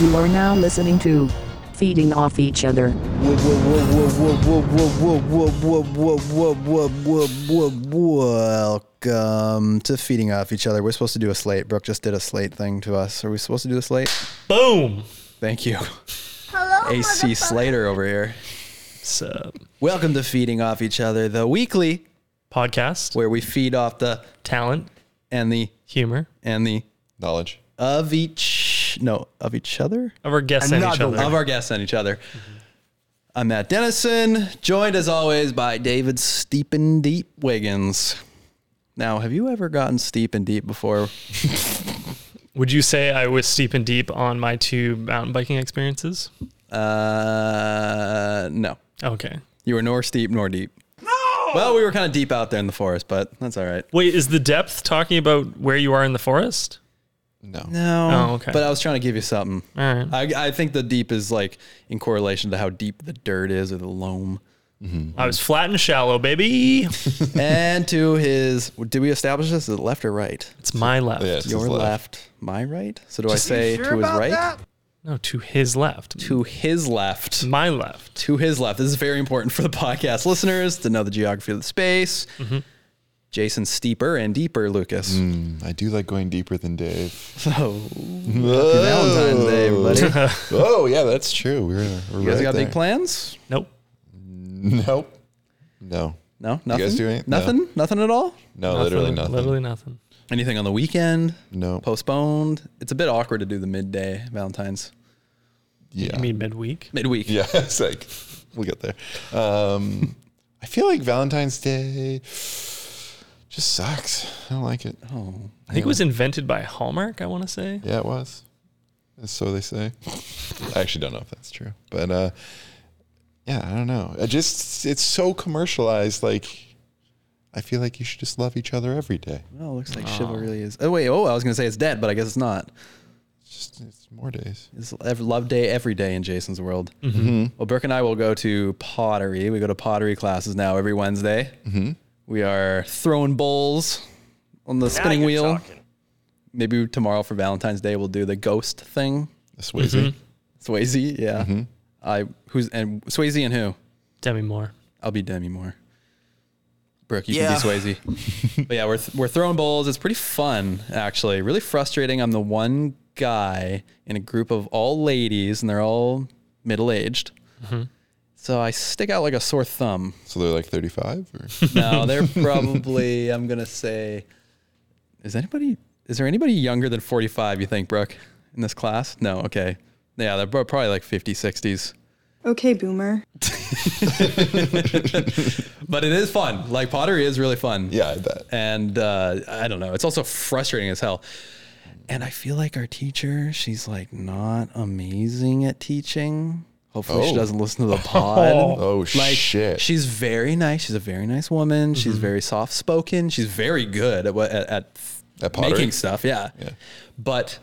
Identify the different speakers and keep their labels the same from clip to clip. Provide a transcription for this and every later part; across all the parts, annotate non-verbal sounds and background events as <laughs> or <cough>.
Speaker 1: You are now listening to Feeding Off Each Other.
Speaker 2: Welcome to feeding off each other. We're supposed to do a slate. Brooke just did a slate thing to us. Are we supposed to do a slate?
Speaker 3: Boom.
Speaker 2: Thank you.
Speaker 4: Hello,
Speaker 2: AC Slater over here.
Speaker 3: Sup.
Speaker 2: Welcome to feeding off each other, the weekly
Speaker 3: Podcast,
Speaker 2: where we feed off the
Speaker 3: talent,
Speaker 2: and the
Speaker 3: humor.
Speaker 2: and the
Speaker 5: knowledge.
Speaker 2: of each no of each other
Speaker 3: Of our guests and each other.
Speaker 2: of our guests and each other. I'm Matt Dennison, joined as always by David Steep and Deep Wiggins. Now, have you ever gotten steep and deep before?
Speaker 3: Would you say I was steep and deep on my two mountain biking experiences?
Speaker 2: Uh, no,
Speaker 3: Okay.
Speaker 2: you were nor steep nor deep. No. Well, we were kind of deep out there in the forest, but that's all right.
Speaker 3: Wait, is the depth talking about where you are in the forest?
Speaker 5: No.
Speaker 2: No.
Speaker 3: Oh, okay.
Speaker 2: But I was trying to give you something.
Speaker 3: All right.
Speaker 2: I, I think the deep is like in correlation to how deep the dirt is or the loam.
Speaker 3: I was flat and shallow, baby.
Speaker 2: and to his, did we establish this? Is it left or right?
Speaker 3: It's my left.
Speaker 5: Yeah, it's his
Speaker 2: Your left.
Speaker 5: left.
Speaker 2: my right. So do I say to his right?
Speaker 3: No, to his left.
Speaker 2: To his left.
Speaker 3: my left.
Speaker 2: To his left. This is very important for the podcast listeners to know the geography of the space. Jason steeper and deeper, Lucas.
Speaker 5: Mm, I do like going deeper
Speaker 2: <laughs>
Speaker 5: than Dave.
Speaker 2: So Oh, Valentine's Day, everybody. you
Speaker 5: <laughs> oh yeah, that's true. We're, we're
Speaker 2: guys
Speaker 5: <laughs> right
Speaker 2: got
Speaker 5: there.
Speaker 2: big plans?
Speaker 3: Nope.
Speaker 5: Nope. No.
Speaker 2: No,
Speaker 5: guys
Speaker 2: nothing.
Speaker 5: do any- no.
Speaker 2: nothing. Nothing at all.
Speaker 5: No, literally nothing.
Speaker 3: Literally nothing.
Speaker 2: Anything on the weekend?
Speaker 5: No.
Speaker 2: Postponed. It's a bit awkward to do the midday Valentine's
Speaker 5: yeah.
Speaker 3: I mean, midweek.
Speaker 2: midweek.
Speaker 5: <laughs> yeah. It's like we'll get there.
Speaker 2: <laughs>
Speaker 5: Um, I feel like Valentine's Day just sucks. I don't like it.
Speaker 3: I think it was invented by Hallmark, I want to say.
Speaker 5: Yeah, it was. And So they say. <laughs> I actually don't know if that's true, but uh, yeah, I don't know. I just it's so commercialized. Like, I feel like you should just love each other every day.
Speaker 2: Well, it looks like chivalry is. Oh wait. Oh, I was gonna say it's dead, but I guess it's not.
Speaker 5: It's just it's more days.
Speaker 2: It's ev- love day every day in Jason's world. Well, Burke and I will go to pottery. We go to pottery classes now every Wednesday. We are throwing bowls on the spinning wheel. Maybe tomorrow for Valentine's Day we'll do the ghost thing.
Speaker 5: Swayze.
Speaker 2: Mm-hmm. Swayze, yeah. I who's and Swayze and who?
Speaker 3: Demi Moore.
Speaker 2: I'll be Demi Moore. Brooke, you can be Swayze. but yeah, we're th- we're throwing bowls. It's pretty fun, actually. Really frustrating. I'm the one guy in a group of all ladies, and they're all middle aged. So I stick out like a sore thumb.
Speaker 5: So they're like 35.
Speaker 2: <laughs>
Speaker 5: Or?
Speaker 2: No, they're probably. I'm gonna say, is anybody? Is there anybody younger than 45? You think, Brooke, in this class? No. Okay. Yeah, they're pro- probably like 50, 60s.
Speaker 6: Okay, boomer.
Speaker 2: But it is fun. Like pottery is really fun.
Speaker 5: yeah, I bet.
Speaker 2: and uh, I don't know. It's also frustrating as hell. And I feel like our teacher, she's like not amazing at teaching. Hopefully, she
Speaker 5: Oh.
Speaker 2: doesn't listen
Speaker 5: <laughs>
Speaker 2: to the pod.
Speaker 5: Oh
Speaker 2: Like
Speaker 5: shit.
Speaker 2: she's very nice. She's a very nice woman. She's
Speaker 5: Mm-hmm.
Speaker 2: very soft spoken. She's very good at what at, at,
Speaker 5: At pottery?
Speaker 2: making stuff. Yeah.
Speaker 5: Yeah.
Speaker 2: But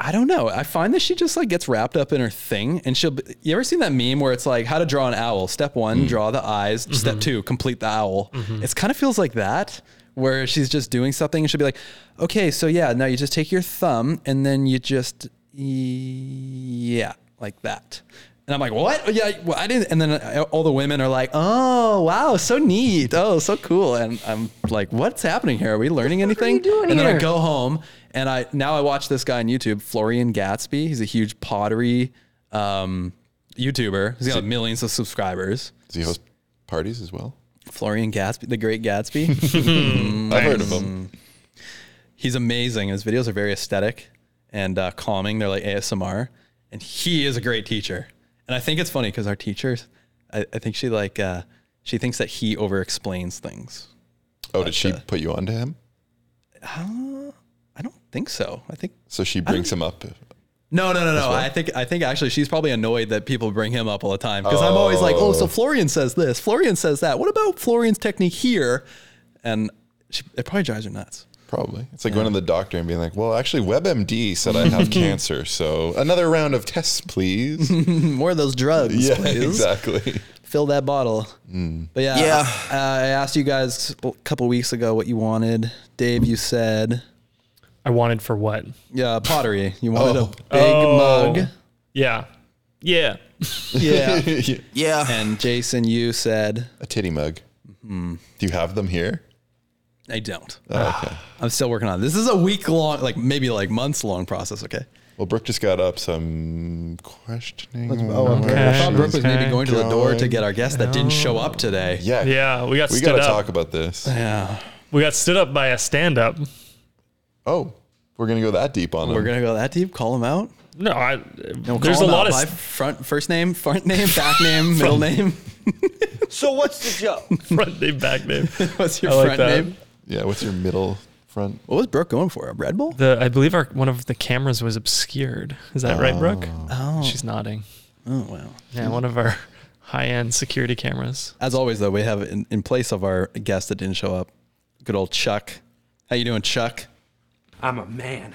Speaker 2: I don't know. I find that she just like gets wrapped up in her thing, and she'll. Be, you ever seen that meme where it's like how to draw an owl? Step one,
Speaker 5: Mm.
Speaker 2: draw the eyes.
Speaker 5: Mm-hmm.
Speaker 2: Step two, complete the owl. It's kind of feels like that. Where she's just doing something and she'll be like, okay, so yeah, now you just take your thumb and then you just, yeah, like that. And I'm like, what? Oh, Yeah, well, I didn't. And then uh, all the women are like, oh, wow, so neat. Oh, so cool. And I'm like, what's happening here? Are we learning anything?
Speaker 1: doing
Speaker 2: and then I
Speaker 1: here?
Speaker 2: go home and I now I watch this guy on YouTube, Florian Gatsby. He's a huge pottery um, YouTuber. He's got millions of subscribers.
Speaker 5: Does he host parties as well?
Speaker 2: Florian Gatsby, the great Gatsby. Mm.
Speaker 5: I've heard of him.
Speaker 2: He's amazing. His videos are very aesthetic and uh, calming. They're like ASMR. And he is a great teacher. And I think it's funny because our teachers, I, I think she like uh, she thinks that he over explains things.
Speaker 5: Oh, did she put you onto him?
Speaker 2: I don't think so. I think
Speaker 5: So she brings him up.
Speaker 2: No, no, no, no. I think I think actually she's probably annoyed that people bring him up all the time because I'm always like, oh, so Florian says this, Florian says that. What about Florian's technique here? And she, it probably drives her nuts.
Speaker 5: Probably. It's like going to the doctor and being like, well, actually, WebMD said
Speaker 2: <laughs>
Speaker 5: I have cancer. So another round of tests, please.
Speaker 2: More of those drugs,
Speaker 5: <laughs> yeah,
Speaker 2: please.
Speaker 5: exactly.
Speaker 2: Fill that bottle.
Speaker 5: Mm.
Speaker 2: But yeah, uh, I, I asked you guys a couple weeks ago what you wanted. Dave, you said
Speaker 3: I wanted for what? Big
Speaker 2: Yeah, pottery. You wanted a
Speaker 5: Oh.
Speaker 2: big mug.
Speaker 3: Yeah. Yeah.
Speaker 2: <laughs> Yeah.
Speaker 5: <laughs>
Speaker 4: Yeah.
Speaker 2: and Jason, you said
Speaker 5: a titty mug. Do you have them here?
Speaker 2: I don't.
Speaker 5: Oh, okay.
Speaker 2: <sighs> I'm still working on it. this. Is a week long, like maybe like months long process. Okay.
Speaker 5: Well, Brooke just got up, so I'm questioning.
Speaker 2: Oh,
Speaker 5: where
Speaker 2: okay. I thought
Speaker 5: she's-
Speaker 2: Brooke was maybe
Speaker 3: Okay.
Speaker 2: going to the door to
Speaker 5: Going.
Speaker 2: get our guest that didn't show up today.
Speaker 5: Yeah.
Speaker 3: Yeah. We got
Speaker 5: We
Speaker 3: stood
Speaker 5: got to
Speaker 3: up.
Speaker 5: talk about this.
Speaker 2: Yeah.
Speaker 3: We got stood up by a stand up.
Speaker 5: Oh, we're going to go that deep on
Speaker 2: We're
Speaker 5: them.
Speaker 2: gonna go that deep. Call him out.
Speaker 3: No, I,
Speaker 2: No,
Speaker 3: there's a
Speaker 2: call him
Speaker 3: lot
Speaker 2: out
Speaker 3: of
Speaker 2: by front first name, front name, <laughs> back name, middle name.
Speaker 4: So what's the joke?
Speaker 3: <laughs> front name, back name.
Speaker 2: <laughs> What's your
Speaker 3: I like
Speaker 2: front
Speaker 3: that.
Speaker 2: name?
Speaker 5: Yeah. What's your middle front?
Speaker 2: What was Brooke going for? A Red Bull?
Speaker 3: The I believe our one of the cameras was obscured. Is that right, Brooke? Oh, she's nodding.
Speaker 2: Oh wow.
Speaker 3: Yeah, one of our high-end security cameras.
Speaker 2: As always, though, we have in, in place of our guest that didn't show up, good old Chuck. How you doing, Chuck?
Speaker 6: I'm a man.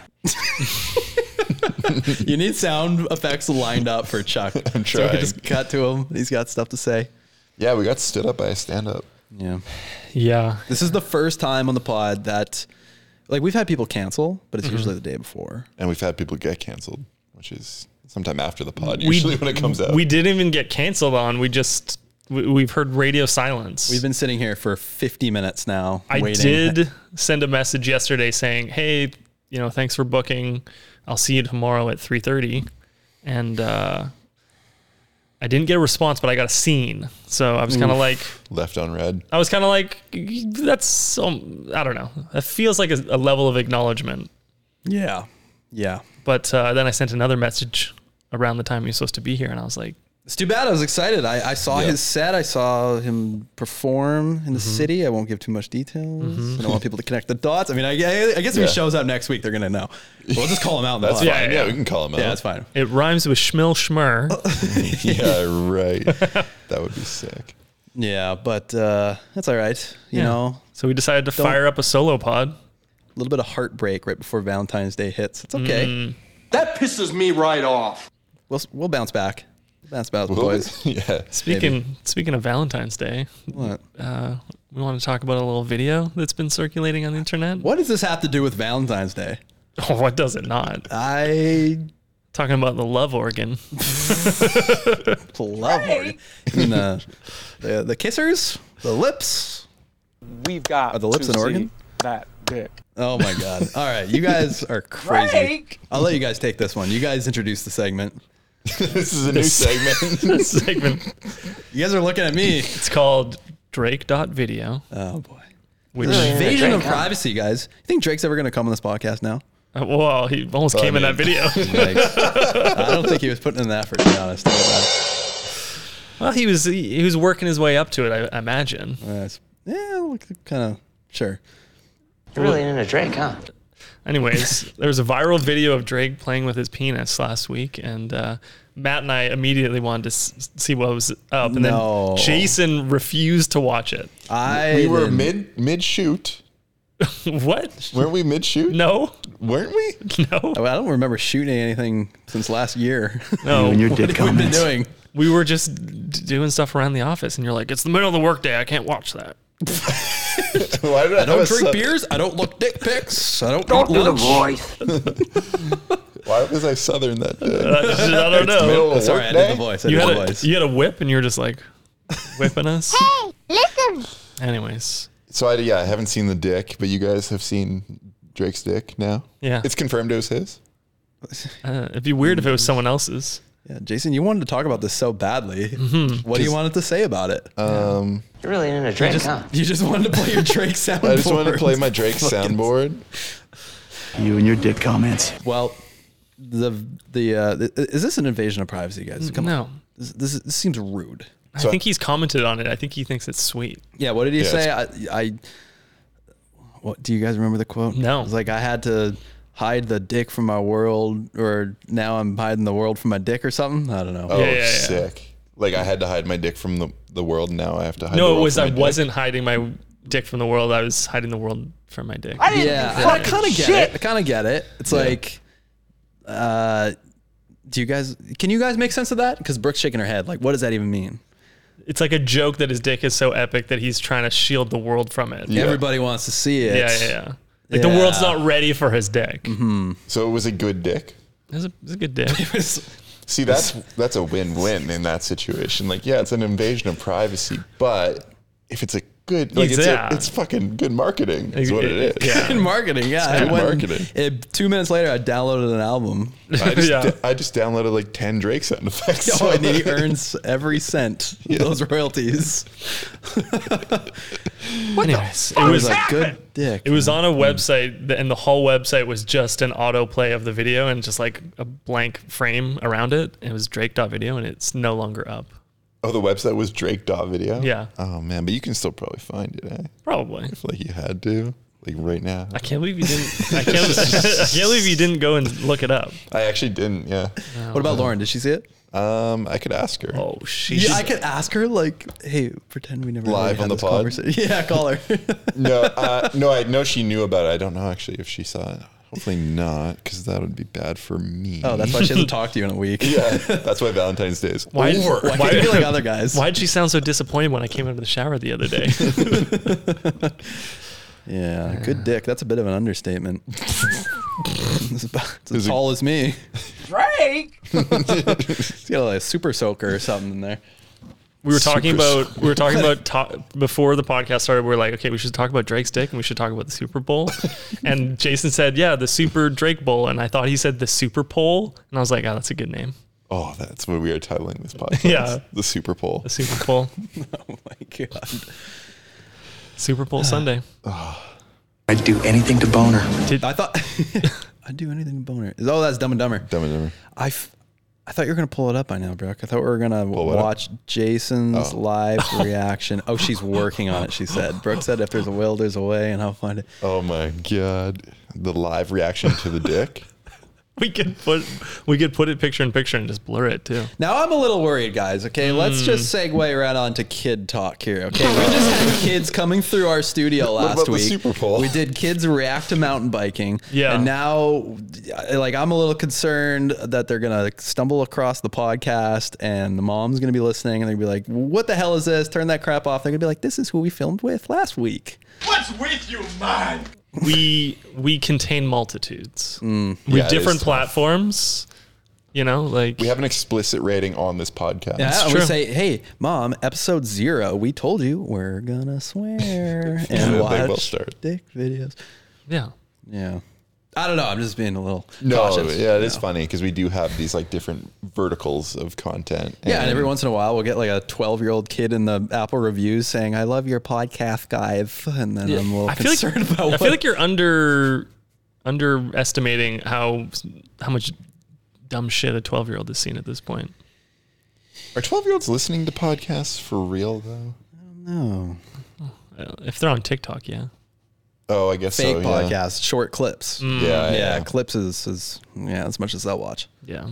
Speaker 2: You need sound effects lined up for Chuck. <laughs> I'm So we
Speaker 5: trying.
Speaker 2: can just cut to him. He's got stuff to say.
Speaker 5: Yeah, we got stood up by a stand up.
Speaker 2: Yeah.
Speaker 3: Yeah,
Speaker 2: This is the first time on the pod that, like, we've had people cancel, but it's usually the day before.
Speaker 5: And we've had people get canceled, which is sometime after the pod,
Speaker 3: We-
Speaker 5: usually when it comes out.
Speaker 3: we didn't even get canceled on. We just we, we've heard radio silence.
Speaker 2: We've been sitting here for 50 minutes now.
Speaker 3: I did send a message yesterday saying, "Hey, you know, thanks for booking. I'll see you tomorrow at 3:30." And uh, I didn't get a response, but I got a scene. So I was kind of like,
Speaker 5: Left on red.
Speaker 3: I was kind of like, that's um, I don't know. That feels like a, a level of acknowledgement.
Speaker 2: Yeah. Yeah.
Speaker 3: But uh, then I sent another message around the time he was supposed to be here, and I was like,
Speaker 2: It's too bad. I was excited. I, I saw
Speaker 5: Yeah. Mm-hmm.
Speaker 2: his set. I saw him perform in the city. I won't give too much details. I don't want people to connect the dots. I mean, I, I- I guess if
Speaker 5: Yeah.
Speaker 2: he shows up next week, they're going to know. But we'll just call him out.
Speaker 5: <laughs>
Speaker 2: in the
Speaker 5: That's
Speaker 2: pod.
Speaker 5: fine. Yeah,
Speaker 3: yeah.
Speaker 5: we can call him out.
Speaker 2: Yeah, that's fine.
Speaker 3: it rhymes with schmill schmur.
Speaker 5: <laughs> yeah, right. that would be sick.
Speaker 2: Yeah, but uh, that's all right. You
Speaker 3: Yeah.
Speaker 2: know,
Speaker 3: So we decided to fire up a solo pod.
Speaker 2: a little bit of heartbreak right before Valentine's Day hits. It's okay.
Speaker 5: Mm.
Speaker 6: That pisses me right off.
Speaker 2: We'll we'll bounce back. Bounce back, boys.
Speaker 5: <laughs> yeah.
Speaker 3: Speaking speaking of Valentine's Day,
Speaker 2: What?
Speaker 3: uh, we want to talk about a little video that's been circulating on the internet. <laughs>
Speaker 2: What does this have to do with Valentine's Day?
Speaker 3: Oh, what does it not?
Speaker 2: Uh, I
Speaker 3: Talking about the love organ. <laughs>
Speaker 2: love <laughs> it. I mean, the, uh, the the kissers, the lips.
Speaker 7: We've got
Speaker 2: Are the lips
Speaker 7: to
Speaker 2: an
Speaker 7: see
Speaker 2: organ?
Speaker 7: That dick.
Speaker 2: Oh my God! All right, you guys are crazy.
Speaker 7: Drake!
Speaker 2: I'll let you guys take this one. You guys introduce the segment.
Speaker 5: this is a new
Speaker 3: <laughs>
Speaker 5: segment.
Speaker 3: This segment.
Speaker 2: You guys are looking at me.
Speaker 3: It's called Drake.video,
Speaker 2: Oh boy!
Speaker 3: which
Speaker 2: Invasion of privacy, guys. You think Drake's ever going to come on this podcast now?
Speaker 3: Uh, Whoa, he almost came in that video.
Speaker 2: <laughs> Yikes. I don't think he was putting in the effort. To be honest, Uh,
Speaker 3: well, he was he, he was working his way up to it, I I imagine.
Speaker 2: Uh, yeah, look, kind of sure.
Speaker 8: You're really into Drake, huh?
Speaker 2: <laughs>
Speaker 3: Anyways, there was a viral video of Drake playing with his penis last week, and uh, Matt and I immediately wanted to s- see what was up, and
Speaker 2: No. Uh.
Speaker 3: then Jason refused to watch it.
Speaker 2: I
Speaker 5: we were
Speaker 2: didn't-
Speaker 5: mid mid shoot.
Speaker 3: <laughs> what?
Speaker 5: Weren't we mid shoot?
Speaker 3: No,
Speaker 5: Weren't we?
Speaker 3: no,
Speaker 2: I don't remember shooting anything since last year.
Speaker 3: no.
Speaker 2: <laughs> what have we been doing?
Speaker 3: we were just d- doing stuff around the office, and you're like, "It's the middle of the workday. I can't watch that." <laughs>
Speaker 5: <laughs> Why did I,
Speaker 2: I don't
Speaker 5: was
Speaker 2: drink
Speaker 5: so-
Speaker 2: beers. I don't look dick pics. I don't.
Speaker 6: Don't
Speaker 2: eat
Speaker 6: do the
Speaker 2: lunch.
Speaker 6: voice.
Speaker 5: Why was I southern that
Speaker 3: <laughs>
Speaker 5: day?
Speaker 3: I don't know.
Speaker 5: middle of
Speaker 2: Oh, Sorry, I
Speaker 5: workday?
Speaker 2: did the voice. I
Speaker 3: You
Speaker 2: did the
Speaker 3: had
Speaker 2: voice.
Speaker 3: a, you had a whip, and you were just like whipping us. Hey, listen. Anyways,
Speaker 5: So I yeah, I haven't seen the dick, but you guys have seen Drake's dick now.
Speaker 3: Yeah.
Speaker 5: it's confirmed it was his.
Speaker 3: uh, it'd be weird if it was someone else's.
Speaker 2: yeah, Jason, you wanted to talk about this so badly. What do you wanted to say about it?
Speaker 5: Um,
Speaker 8: You're really into Drake,
Speaker 2: Mm-hmm. just,
Speaker 8: huh?
Speaker 2: You just wanted to play your <laughs> Drake sound.
Speaker 5: I just wanted to play my
Speaker 3: <laughs>
Speaker 5: Drake soundboard.
Speaker 9: You and your dick comments.
Speaker 2: Well, the the uh, th- is this an invasion of privacy, guys? Come
Speaker 3: no.
Speaker 2: on, this, this, this seems rude.
Speaker 3: I
Speaker 5: So-
Speaker 3: think he's commented on it. I think he thinks it's sweet.
Speaker 2: Yeah, what did he
Speaker 5: Yeah,
Speaker 2: say? I, I what do you guys remember the quote?
Speaker 3: No.
Speaker 2: It was like I had to hide the dick from my world or now I'm hiding the world from my dick or something. I don't know.
Speaker 5: Oh,
Speaker 3: Yeah, yeah, yeah.
Speaker 5: sick! Like I had to hide my dick from the, the world. Now I have to hide. the
Speaker 3: No, it
Speaker 5: world
Speaker 3: was
Speaker 5: from
Speaker 3: I
Speaker 5: my dick.
Speaker 3: wasn't hiding my dick from the world. I was hiding the world from my dick.
Speaker 7: I didn't
Speaker 2: yeah,
Speaker 7: do
Speaker 2: I,
Speaker 7: fucking
Speaker 2: kind of get
Speaker 7: shit.
Speaker 2: it. I kind of get it. It's like uh do you guys can you guys make sense of that? Cuz Brooke's shaking her head like what does that even mean?
Speaker 3: It's like a joke that his dick is so epic that he's trying to shield the world from it.
Speaker 5: Yeah.
Speaker 2: Everybody wants to see it.
Speaker 3: yeah, yeah. yeah. Like the
Speaker 2: Yeah.
Speaker 3: world's not ready for his dick.
Speaker 5: So it was a good dick.
Speaker 3: It's, a, it's a good dick.
Speaker 5: See, that's that's a win-win in that situation. Like, yeah, it's an invasion of privacy, but if it's a good, like, it's,
Speaker 3: Yeah.
Speaker 5: a, it's fucking good marketing. Is what it is.
Speaker 2: <laughs>
Speaker 3: Yeah.
Speaker 2: in marketing. Yeah, I
Speaker 5: good
Speaker 2: went-
Speaker 5: marketing.
Speaker 2: it- two minutes later, I downloaded an album. <laughs>
Speaker 5: I just,
Speaker 3: Yeah.
Speaker 5: I just downloaded like ten Drake sound effects.
Speaker 2: Oh, and
Speaker 5: <laughs>
Speaker 2: he earns every cent of those royalties.
Speaker 3: Anyways, it was
Speaker 2: like good dick.
Speaker 3: It was on a website, th- and the whole website was just an autoplay of the video and just like a blank frame around it. It was Drake.video, and it's no longer up.
Speaker 5: Oh, the website was Drake dot video.
Speaker 3: Yeah.
Speaker 5: Oh man, but you can still probably find it. Eh?
Speaker 3: Probably.
Speaker 5: If like you had to, like right now.
Speaker 3: I can't believe you didn't. I can't, <laughs> I can't believe you didn't go and look it up.
Speaker 5: I actually didn't. Yeah.
Speaker 2: What about Lauren? Did she see it?
Speaker 5: Um, I could ask her.
Speaker 3: Oh shit!
Speaker 2: Yeah, I could ask her. Like, hey, pretend we never
Speaker 5: Live
Speaker 2: really
Speaker 5: on
Speaker 2: had
Speaker 5: the
Speaker 2: this
Speaker 5: pod?
Speaker 2: conversation. <laughs> Yeah, call her.
Speaker 5: <laughs> No, uh, no, I know she knew about it. I don't know actually if she saw it. Hopefully not, because that would be bad for me.
Speaker 2: oh, that's why she hasn't talked to you in a week.
Speaker 5: <laughs> yeah. That's why Valentine's Day is
Speaker 3: Why?
Speaker 5: over.
Speaker 2: <laughs> Why can't you be like other guys?
Speaker 3: Why did she sound so disappointed when I came out of the shower the other <laughs> day?
Speaker 2: Yeah, good dick. That's a bit of an
Speaker 5: <laughs>
Speaker 2: understatement. it's about it's as
Speaker 5: it-
Speaker 2: tall as me. Drake. He's got like a super soaker or something in there. <laughs>
Speaker 3: We were talking
Speaker 5: Super
Speaker 3: about we were talking about to- before the podcast started. We were like, okay, we should talk about Drake's dick and we should talk about the Super
Speaker 5: <laughs>
Speaker 3: Bowl. and Jason said, yeah, the Super Drake Bowl, and I thought he said the Super Pole, and I was like, oh, that's a good name,
Speaker 5: Oh, that's what we are
Speaker 2: <laughs>
Speaker 5: titling this podcast.
Speaker 3: Yeah.
Speaker 5: The Super Bowl.
Speaker 3: the Super Bowl,
Speaker 2: Oh my god.
Speaker 3: Super
Speaker 5: <sighs>
Speaker 3: Bowl Sunday.
Speaker 9: I'd do anything to bone her.
Speaker 2: I thought <laughs> I'd do anything to boner. Oh, that's Dumb and Dumber.
Speaker 5: Dumb and Dumber.
Speaker 2: I, f- I thought you were gonna pull it up by now, Brooke. I thought we were gonna
Speaker 5: what up? Oh.
Speaker 2: watch Jason's
Speaker 5: <laughs>
Speaker 2: live reaction. Oh, she's working on it. She said. Brooke said, "If there's a will, there's a way," and I'll find it.
Speaker 5: Oh my god. The live reaction to the dick.
Speaker 3: We could put we could put it picture in picture and just blur it too.
Speaker 2: Now I'm a little worried, guys. Okay, let's just
Speaker 3: Hmm.
Speaker 2: segue right on to kid talk here. Okay,
Speaker 5: <laughs>
Speaker 2: we just had kids coming through our studio last
Speaker 5: about the
Speaker 2: week.
Speaker 5: Super Bowl?
Speaker 2: We did kids react to mountain biking.
Speaker 3: Yeah.
Speaker 2: and now, like, I'm a little concerned that they're gonna stumble across the podcast, and the mom's gonna be listening, and they're gonna be like, "What the hell is this? Turn that crap off." They're gonna be like, "This is who we filmed with last week."
Speaker 6: What's with you, man?
Speaker 3: We we contain multitudes. we
Speaker 5: Mm. Yeah,
Speaker 3: have
Speaker 5: it
Speaker 3: different
Speaker 5: is tough.
Speaker 3: platforms. You know, like
Speaker 5: We have an explicit rating on this podcast. <laughs>
Speaker 2: Yeah, and we
Speaker 3: true.
Speaker 2: say, "Hey, mom, episode zero. We told you we're gonna
Speaker 5: <laughs>
Speaker 2: swear
Speaker 5: then
Speaker 2: and
Speaker 5: they
Speaker 2: watch
Speaker 5: will start.
Speaker 2: dick videos."
Speaker 3: yeah.
Speaker 2: Yeah. I don't know. I'm just being a little
Speaker 5: No,
Speaker 2: cautious.
Speaker 5: yeah, it is
Speaker 2: you know.
Speaker 5: funny because we do have these like different verticals of content.
Speaker 2: Yeah, and every once in a while we'll get like a 12 year old kid in the Apple reviews saying, "I love your podcast, guys," and then I'm a little
Speaker 3: I feel
Speaker 2: concerned about
Speaker 3: like, <laughs> I
Speaker 2: what.
Speaker 3: feel like you're under underestimating how how much dumb shit a 12 year old has seen at this point.
Speaker 5: are twelve year olds listening to podcasts for real though?
Speaker 2: no
Speaker 3: Uh, If they're on TikTok, yeah.
Speaker 5: Oh, I guess
Speaker 2: fake
Speaker 5: so.
Speaker 2: podcasts, Mm,
Speaker 5: Yeah.
Speaker 2: short clips.
Speaker 3: Mm.
Speaker 5: Yeah,
Speaker 2: Yeah,
Speaker 5: yeah,
Speaker 2: clips is, is yeah as much as they'll watch.
Speaker 3: Yeah.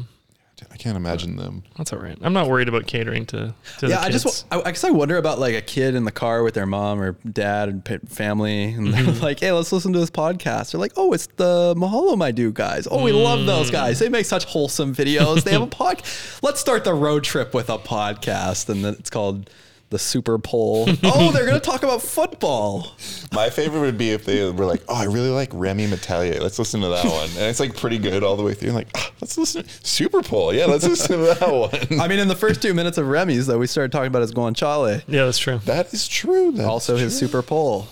Speaker 5: I can't imagine them.
Speaker 3: That's all right. I'm not worried about catering to, to
Speaker 2: Yeah,
Speaker 3: the
Speaker 2: I
Speaker 3: kids.
Speaker 2: just wa- I, I guess I wonder about like a kid in the car with their mom or dad and pa- family, and they're
Speaker 3: Mm-hmm.
Speaker 2: like, "Hey, let's listen to this podcast." They're like, "Oh, it's the Mahalo My Do guys. Oh, we love
Speaker 3: Mm.
Speaker 2: those guys. They make such wholesome videos. they have a podcast. Let's start the road trip with a podcast, and then it's called." The Super
Speaker 3: <laughs>
Speaker 2: Bowl. oh, they're going to talk about football.
Speaker 5: My favorite would be if they were like, "Oh, I really like Remy Metalier. Let's listen to that one." And it's like pretty good all the way through. like, ah, let's listen to Super Bowl. Yeah, let's listen to
Speaker 2: <laughs>
Speaker 5: that one.
Speaker 2: I mean, in the first two minutes of Remy's, though, we started talking about his guanciale,
Speaker 3: yeah, that's true.
Speaker 5: that is true. That's
Speaker 2: also his Super Bowl.
Speaker 5: true.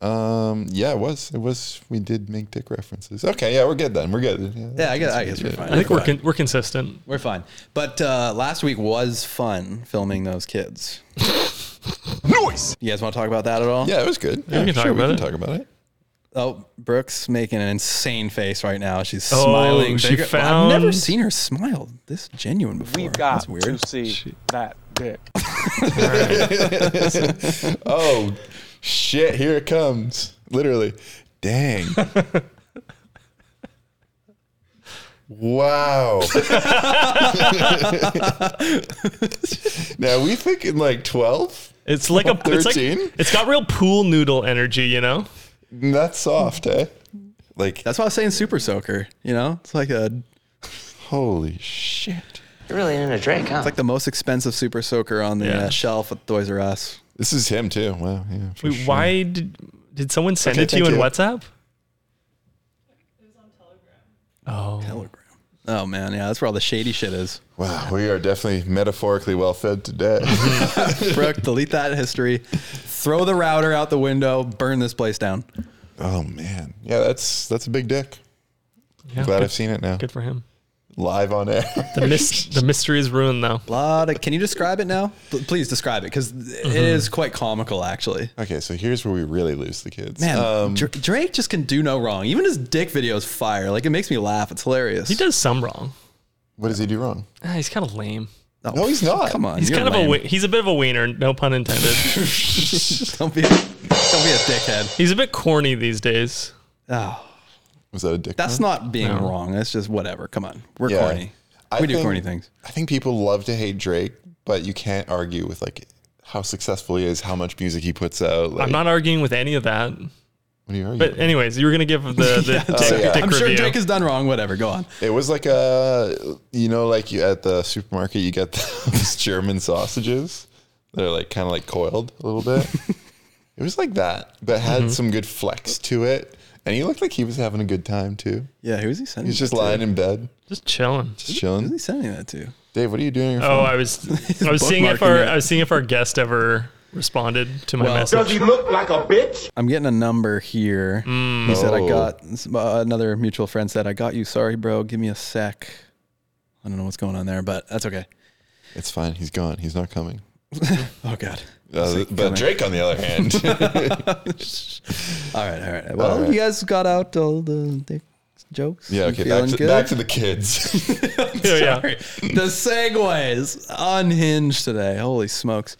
Speaker 5: Um, yeah, it was. It was. We did make dick references. Okay, yeah, we're good then. We're good.
Speaker 2: Yeah, I guess, I guess we're fine.
Speaker 3: I think we're con- we're consistent.
Speaker 2: We're fine. But uh, last week was fun filming
Speaker 7: <laughs>
Speaker 2: those kids.
Speaker 5: Noise.
Speaker 2: You guys want to talk about that at all?
Speaker 5: Yeah, it was good. Yeah,
Speaker 3: we can talk
Speaker 5: sure,
Speaker 3: about
Speaker 5: we
Speaker 3: it.
Speaker 5: can talk about it.
Speaker 2: Oh, Brooke's making an insane face right now. She's
Speaker 3: Oh,
Speaker 2: smiling.
Speaker 3: she
Speaker 2: bigger-
Speaker 3: found-
Speaker 2: I've never seen her smile this genuine before.
Speaker 7: We've got
Speaker 2: That's weird.
Speaker 7: to see that dick.
Speaker 5: Oh shit! Here it comes. Literally,
Speaker 3: <laughs>
Speaker 5: dang.
Speaker 3: <laughs>
Speaker 5: wow. <laughs> now we thinking like twelve.
Speaker 3: It's like a it's like
Speaker 5: 13?
Speaker 3: it's got real pool noodle energy, you know.
Speaker 5: That's soft, eh? Like
Speaker 2: That's why I was saying super soaker. You know, it's like a it's
Speaker 5: holy shit.
Speaker 8: You're really into Drake, huh?
Speaker 2: like the most expensive super soaker on the
Speaker 3: Yeah.
Speaker 2: uh, shelf at Toys R Us.
Speaker 5: This is him too. Wow. Yeah. for
Speaker 3: Wait,
Speaker 5: sure.
Speaker 3: Why did Did someone send
Speaker 5: Okay,
Speaker 3: it to you in
Speaker 5: thank you.
Speaker 3: WhatsApp?
Speaker 2: Telegram. Oh man, yeah, that's where all the shady shit
Speaker 3: <laughs>
Speaker 2: is.
Speaker 5: Wow, we are definitely metaphorically well fed today.
Speaker 2: Brooke, delete that history. Throw the router out the window. Burn this place down.
Speaker 5: oh man, yeah, that's that's a big dick.
Speaker 3: Yeah,
Speaker 5: Glad
Speaker 3: good,
Speaker 5: I've seen it now,
Speaker 3: good for him.
Speaker 5: live on air.
Speaker 3: The, mys- the mystery is ruined, though.
Speaker 2: Lot of, can you describe it now? P- Please describe it because is quite comical, actually.
Speaker 5: okay, so here's where we really lose the kids.
Speaker 2: Man,
Speaker 5: Um,
Speaker 2: Dra- Drake just can do no wrong. Even his dick videos fire. Like it makes me laugh. It's hilarious.
Speaker 3: He does some wrong.
Speaker 5: what does he do wrong?
Speaker 3: Ah, he's kind of lame.
Speaker 2: Oh,
Speaker 5: No, he's not.
Speaker 2: Come on,
Speaker 3: He's
Speaker 2: you're
Speaker 3: kind of a
Speaker 2: lame.
Speaker 3: wi- he's a bit of a wiener, no pun intended.
Speaker 2: <laughs> Don't be, don't be a dickhead.
Speaker 3: he's a bit corny these days.
Speaker 2: Oh,
Speaker 5: Was that a dick?
Speaker 2: that's
Speaker 5: move?
Speaker 2: not being wrong. That's just whatever. Come on, we're
Speaker 5: Yeah.
Speaker 2: corny.
Speaker 5: I
Speaker 2: we do
Speaker 5: think-
Speaker 2: corny things.
Speaker 5: I think people love to hate Drake, but you can't argue with like how successful he is, how much music he puts out. Like,
Speaker 3: I'm not arguing with any of that.
Speaker 5: What are you arguing?
Speaker 3: But anyways, you were gonna give the,
Speaker 2: <laughs>
Speaker 3: the dick,
Speaker 5: yeah.
Speaker 3: dick
Speaker 2: I'm
Speaker 3: review.
Speaker 2: sure Drake has done wrong. Whatever. Go on.
Speaker 5: It was like a, you know, like you, at the supermarket, you get <laughs> those German sausages. They're like kind of like coiled a little
Speaker 2: <laughs>
Speaker 5: bit. it was like that, but had
Speaker 2: Mm-hmm.
Speaker 5: some good flex to it. And he looked like he was having a good time too.
Speaker 2: Yeah, who's he sending?
Speaker 5: He's just
Speaker 2: that to?
Speaker 5: lying in bed,
Speaker 3: just chilling.
Speaker 5: just
Speaker 2: Who's he
Speaker 5: chilling.
Speaker 2: sending that to?
Speaker 5: Dave, what are you doing? on your
Speaker 3: Oh,
Speaker 5: phone?
Speaker 3: I
Speaker 2: <laughs>
Speaker 3: was I was seeing if
Speaker 2: bookmarking
Speaker 3: our
Speaker 2: it.
Speaker 3: I was seeing if our guest ever responded to my
Speaker 2: Well- <laughs>
Speaker 3: message.
Speaker 6: he look like a bitch?
Speaker 2: I'm getting a number here.
Speaker 3: Mm.
Speaker 2: He said, I
Speaker 5: Oh.
Speaker 2: got uh, another mutual friend said, I got you. Sorry, bro. Give me a sec. I don't know what's going on there, but that's okay.
Speaker 5: it's fine. He's gone. He's not coming.
Speaker 2: Oh, God.
Speaker 5: Uh,
Speaker 2: coming.
Speaker 5: but Drake, on the other hand,
Speaker 2: All right. All right. Well,
Speaker 5: All right.
Speaker 2: you guys got out all the dick jokes.
Speaker 5: yeah,
Speaker 2: You
Speaker 5: okay,
Speaker 2: feeling
Speaker 5: back to,
Speaker 2: good?
Speaker 5: back to the kids.
Speaker 3: Yeah, Oh, yeah.
Speaker 2: Sorry. the segues unhinged today. Holy smokes.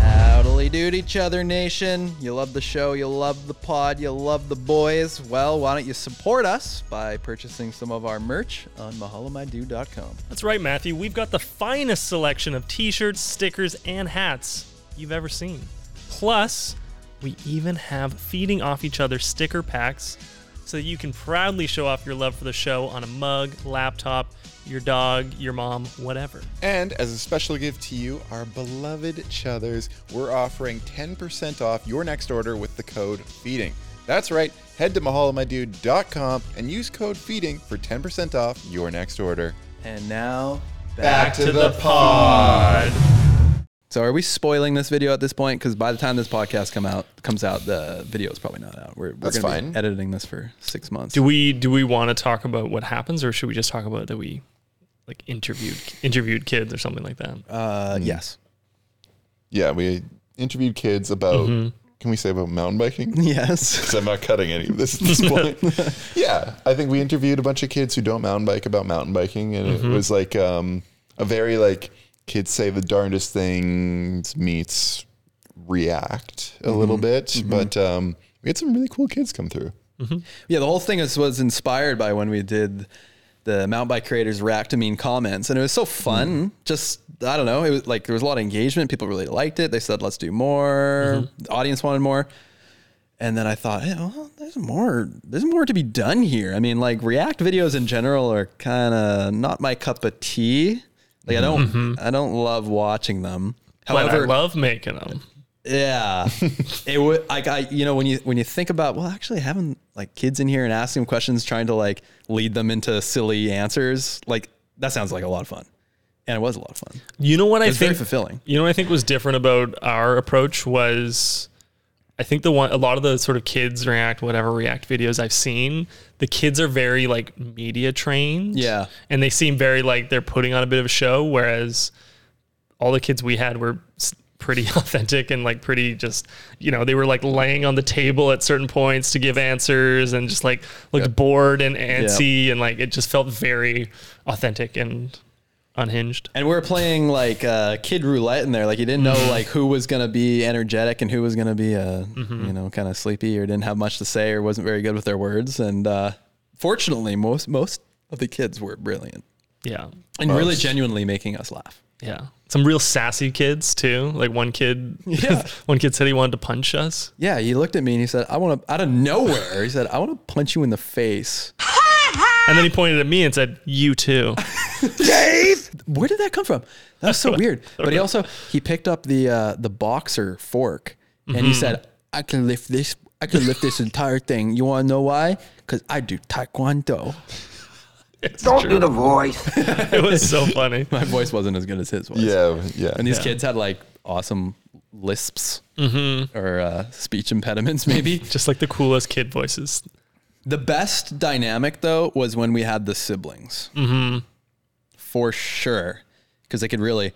Speaker 2: Howdly dude, each other nation. You love the show, you love the pod, you love the boys. Well, why don't you support us by purchasing some of our merch on mahalamydu.com.
Speaker 3: That's right, Matthew. We've got the finest selection of t-shirts, stickers, and hats you've ever seen. Plus, we even have feeding off each other sticker packs so that you can proudly show off your love for the show on a mug, laptop, your dog, your mom, whatever.
Speaker 5: And as a special gift to you, our beloved Chuthers, we're offering 10% off your next order with the code FEEDING. That's right, head to mahalamydude.com and use code FEEDING for 10% off your next order.
Speaker 2: And now,
Speaker 5: Back
Speaker 3: to the pod.
Speaker 2: so are we spoiling this video at this point? Because by the time this podcast come out comes out, the video is probably not out. We're, we're
Speaker 5: That's
Speaker 2: gonna be
Speaker 5: fine.
Speaker 2: editing this for six months.
Speaker 3: Do we do we want to talk about what happens, or should we just talk about that we like interviewed interviewed kids or something like that?
Speaker 5: Mm.
Speaker 2: uh, yes. <laughs>
Speaker 5: Yeah, we interviewed kids about, can we say about mountain biking?
Speaker 2: Yes.
Speaker 5: 'Cause I'm not cutting any of this at this point. yeah, I think we interviewed a bunch of kids who don't mountain bike about mountain biking, and it was like um, a very like kids say the darndest things meets react a little bit, but um, we had some really cool kids come through.
Speaker 2: Yeah, the whole thing is, was inspired by when we did the Mount Bike Creators React to Mean Comments. And it was so
Speaker 3: Mm-hmm.
Speaker 2: fun. Just, I don't know. It was like there was a lot of engagement. People really liked it. They said, let's do more.
Speaker 3: Mm-hmm.
Speaker 2: The audience wanted more. And then I thought, hey, well, there's more. There's more to be done here. I mean, like React videos in general are kind of not my cup of tea. Like I don't, I don't love watching them.
Speaker 3: But Mm-hmm. I
Speaker 2: However,
Speaker 3: love making them.
Speaker 2: yeah, it would like I you know when you when you think about well actually having like kids in here and asking them questions trying to like lead them into silly answers like that sounds like a lot of fun, and it was a lot of fun.
Speaker 3: You know what I
Speaker 2: It's very
Speaker 3: think?
Speaker 2: fulfilling.
Speaker 3: You know what I think was different about our approach was, I think the one a lot of the sort of kids react whatever react videos I've seen, the kids are very like media trained.
Speaker 2: Yeah.
Speaker 3: and they seem very like they're putting on a bit of a show, whereas all the kids we had were s- pretty <laughs> authentic and like pretty just you know they were like laying on the table at certain points to give answers and just like looked bored and antsy and like it just felt very authentic and unhinged.
Speaker 2: And we were playing like uh, kid roulette in there like you didn't know like who was gonna be energetic and who was gonna be uh, you know kind of sleepy or didn't have much to say or wasn't very good with their words and uh, fortunately most most of the kids were brilliant
Speaker 3: Yeah.
Speaker 2: and really genuinely making us laugh.
Speaker 3: Yeah. Some real sassy kids too. Like one kid <laughs>
Speaker 2: Yeah.
Speaker 3: one kid said he wanted to punch us.
Speaker 2: Yeah, he looked at me and he said, I want to, out of nowhere, he said, I want to punch you in the face.
Speaker 3: And then he pointed at me and said, You too.
Speaker 2: Where did that come from? That was so weird. But he also, he picked up the, uh, the boxer fork and he said, I can lift this. I can lift this entire thing. You want to know why? Because I do taekwondo. <laughs>
Speaker 3: Don't
Speaker 2: do
Speaker 3: the voice. it was so funny.
Speaker 2: My voice wasn't as good as his voice.
Speaker 5: Yeah, yeah.
Speaker 2: And these
Speaker 5: Yeah.
Speaker 2: kids had like awesome lisps or uh, speech impediments, <laughs> maybe.
Speaker 3: Just like the coolest kid voices.
Speaker 2: The best dynamic though was when we had the siblings
Speaker 3: Mm-hmm.
Speaker 2: for sure, because they could really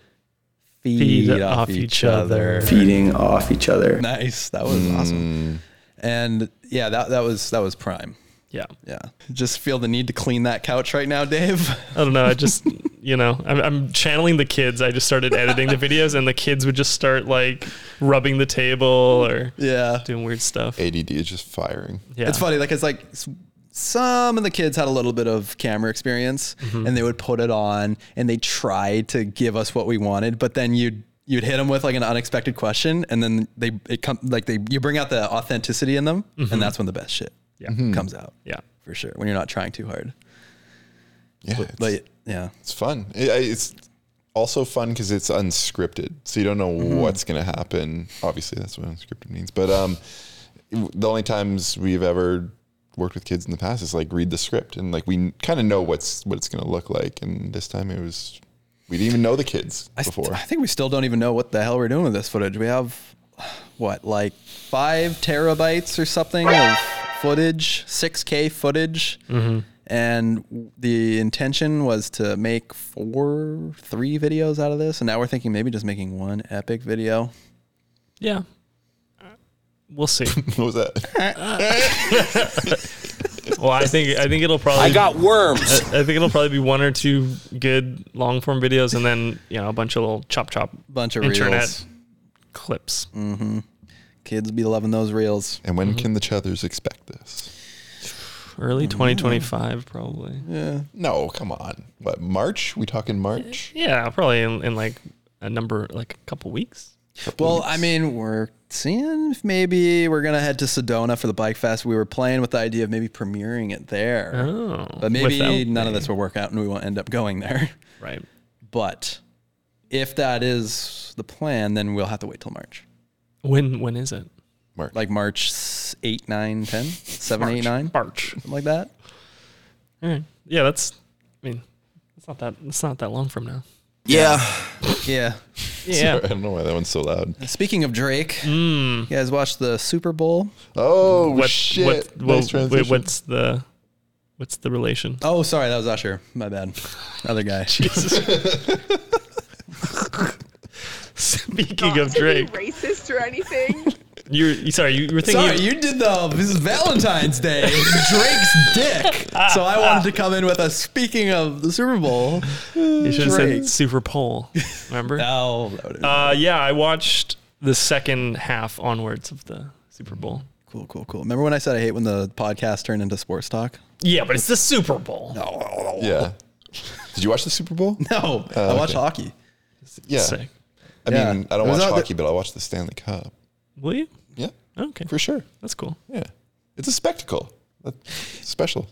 Speaker 2: feed,
Speaker 3: Feed
Speaker 2: off,
Speaker 3: off
Speaker 2: each,
Speaker 3: each
Speaker 2: other.
Speaker 3: other.
Speaker 10: Feeding off each
Speaker 2: <laughs>
Speaker 10: other.
Speaker 2: Nice, that was awesome. And yeah, that that was that was prime.
Speaker 3: Yeah,
Speaker 2: yeah. Just feel the need to clean that couch right now, Dave.
Speaker 3: I don't know. I just, you know, I'm, I'm channeling the kids. I just started editing the videos, and the kids would just start like rubbing the table or
Speaker 2: yeah,
Speaker 3: doing weird stuff.
Speaker 5: ADD is just firing.
Speaker 3: Yeah.
Speaker 2: It's funny, like it's like s- some of the kids had a little bit of camera experience
Speaker 3: Mhm.
Speaker 2: and they would put it on and they tried to give us what we wanted, but then you'd you'd hit them with like an unexpected question and then they it come like they you bring out the authenticity in them
Speaker 3: Mhm.
Speaker 2: and that's when the best shit
Speaker 3: Yeah. Mhm.
Speaker 2: comes out.
Speaker 3: Yeah.
Speaker 2: For sure. When you're not trying too hard.
Speaker 5: Yeah,
Speaker 2: But- but yeah.
Speaker 5: It's fun. It- I- it's also fun because it's unscripted, so you don't know
Speaker 3: Mm-hmm.
Speaker 2: Mhm.
Speaker 5: what's going to happen. Obviously, that's what unscripted means. But um, the only times we've ever worked with kids in the past is like read the script and like we kind of know what's what it's going to look like. And this time it was we didn't even know the kids
Speaker 2: I, st-
Speaker 5: before.
Speaker 2: I think we still don't even know what the hell we're doing with this footage. We have what, like five terabytes or something of footage, 6K footage.
Speaker 3: Mhm.
Speaker 2: And w- the intention was to make four, three videos out of this. And now we're thinking maybe just making one epic video.
Speaker 3: Yeah. We'll see.
Speaker 5: <laughs> what was
Speaker 3: that? well, I think I think it'll probably.
Speaker 4: I got worms.
Speaker 3: I, I think it'll probably be one or two good long form videos, and then you know a bunch of little chop chop,
Speaker 2: Bunch of
Speaker 3: internet
Speaker 2: reels.
Speaker 3: clips.
Speaker 2: Mm-hmm. Kids be loving those reels.
Speaker 5: And
Speaker 3: Mm-hmm.
Speaker 5: when can the Chuthers expect this?
Speaker 3: Early
Speaker 2: Mm.
Speaker 3: 2025, probably.
Speaker 2: Yeah.
Speaker 5: No, come on. What March? We talking March?
Speaker 3: Yeah, probably in, in like a number, like a couple weeks.
Speaker 2: Well, I mean, we're seeing if maybe we're gonna head to Sedona for the Bike Fest. We were playing with the idea of maybe premiering it there,
Speaker 3: Oh,
Speaker 2: but maybe
Speaker 3: without
Speaker 2: none of this will work out, and we won't end up going there. <laughs>
Speaker 3: Right.
Speaker 2: But if that is the plan, then we'll have to wait till March.
Speaker 3: When when is it?
Speaker 5: March.
Speaker 2: Like March s- 8, 9, <laughs> 10, 7,
Speaker 3: March.
Speaker 2: 8, 9.
Speaker 3: March.
Speaker 2: Something like that.
Speaker 3: All right. Yeah, that's. I mean, it's not that. It's not that long from
Speaker 2: <laughs>
Speaker 3: now.
Speaker 4: Yeah.
Speaker 2: Yeah.
Speaker 3: Yeah.
Speaker 2: Oh,
Speaker 5: Sorry, <laughs> I don't know why that one's so loud.
Speaker 2: Speaking of Drake, you guys watched the Super Bowl?
Speaker 5: Oh
Speaker 3: What-
Speaker 5: shit!
Speaker 3: what- well,
Speaker 5: nice
Speaker 3: wait,
Speaker 5: transition.
Speaker 3: what's the what's the relation?
Speaker 2: Oh, sorry, that was Usher. My bad. Other <laughs> guy.
Speaker 3: Speaking of Drake,
Speaker 11: racist or anything?
Speaker 3: <laughs> you're you- sorry. You were thinking.
Speaker 2: Sorry, you did the this is Valentine's <laughs> Day. Drake's dick. So I wanted to come in with a speaking of the Super Bowl.
Speaker 3: You should have
Speaker 2: Drake.
Speaker 3: said Super Bowl.
Speaker 2: <laughs>
Speaker 3: Remember?
Speaker 2: no.
Speaker 3: Uh, yeah, I watched the second half onwards of the Super Bowl.
Speaker 2: Cool, cool, cool. Remember when I said I hate when the podcast turned into sports talk?
Speaker 3: Yeah, but it's the Super Bowl.
Speaker 2: No.
Speaker 5: Yeah. Did you watch the Super Bowl?
Speaker 2: <laughs> No,
Speaker 5: Oh,
Speaker 2: I watch
Speaker 5: okay.
Speaker 2: hockey.
Speaker 5: Yeah.
Speaker 3: Sick.
Speaker 5: I
Speaker 2: Yeah.
Speaker 5: mean, I don't
Speaker 2: It was
Speaker 5: watch
Speaker 2: out
Speaker 5: hockey, but I watch the Stanley Cup.
Speaker 3: Will you?
Speaker 5: Yeah.
Speaker 3: Okay.
Speaker 5: For sure.
Speaker 3: That's cool.
Speaker 5: Yeah. It's a spectacle. That's special.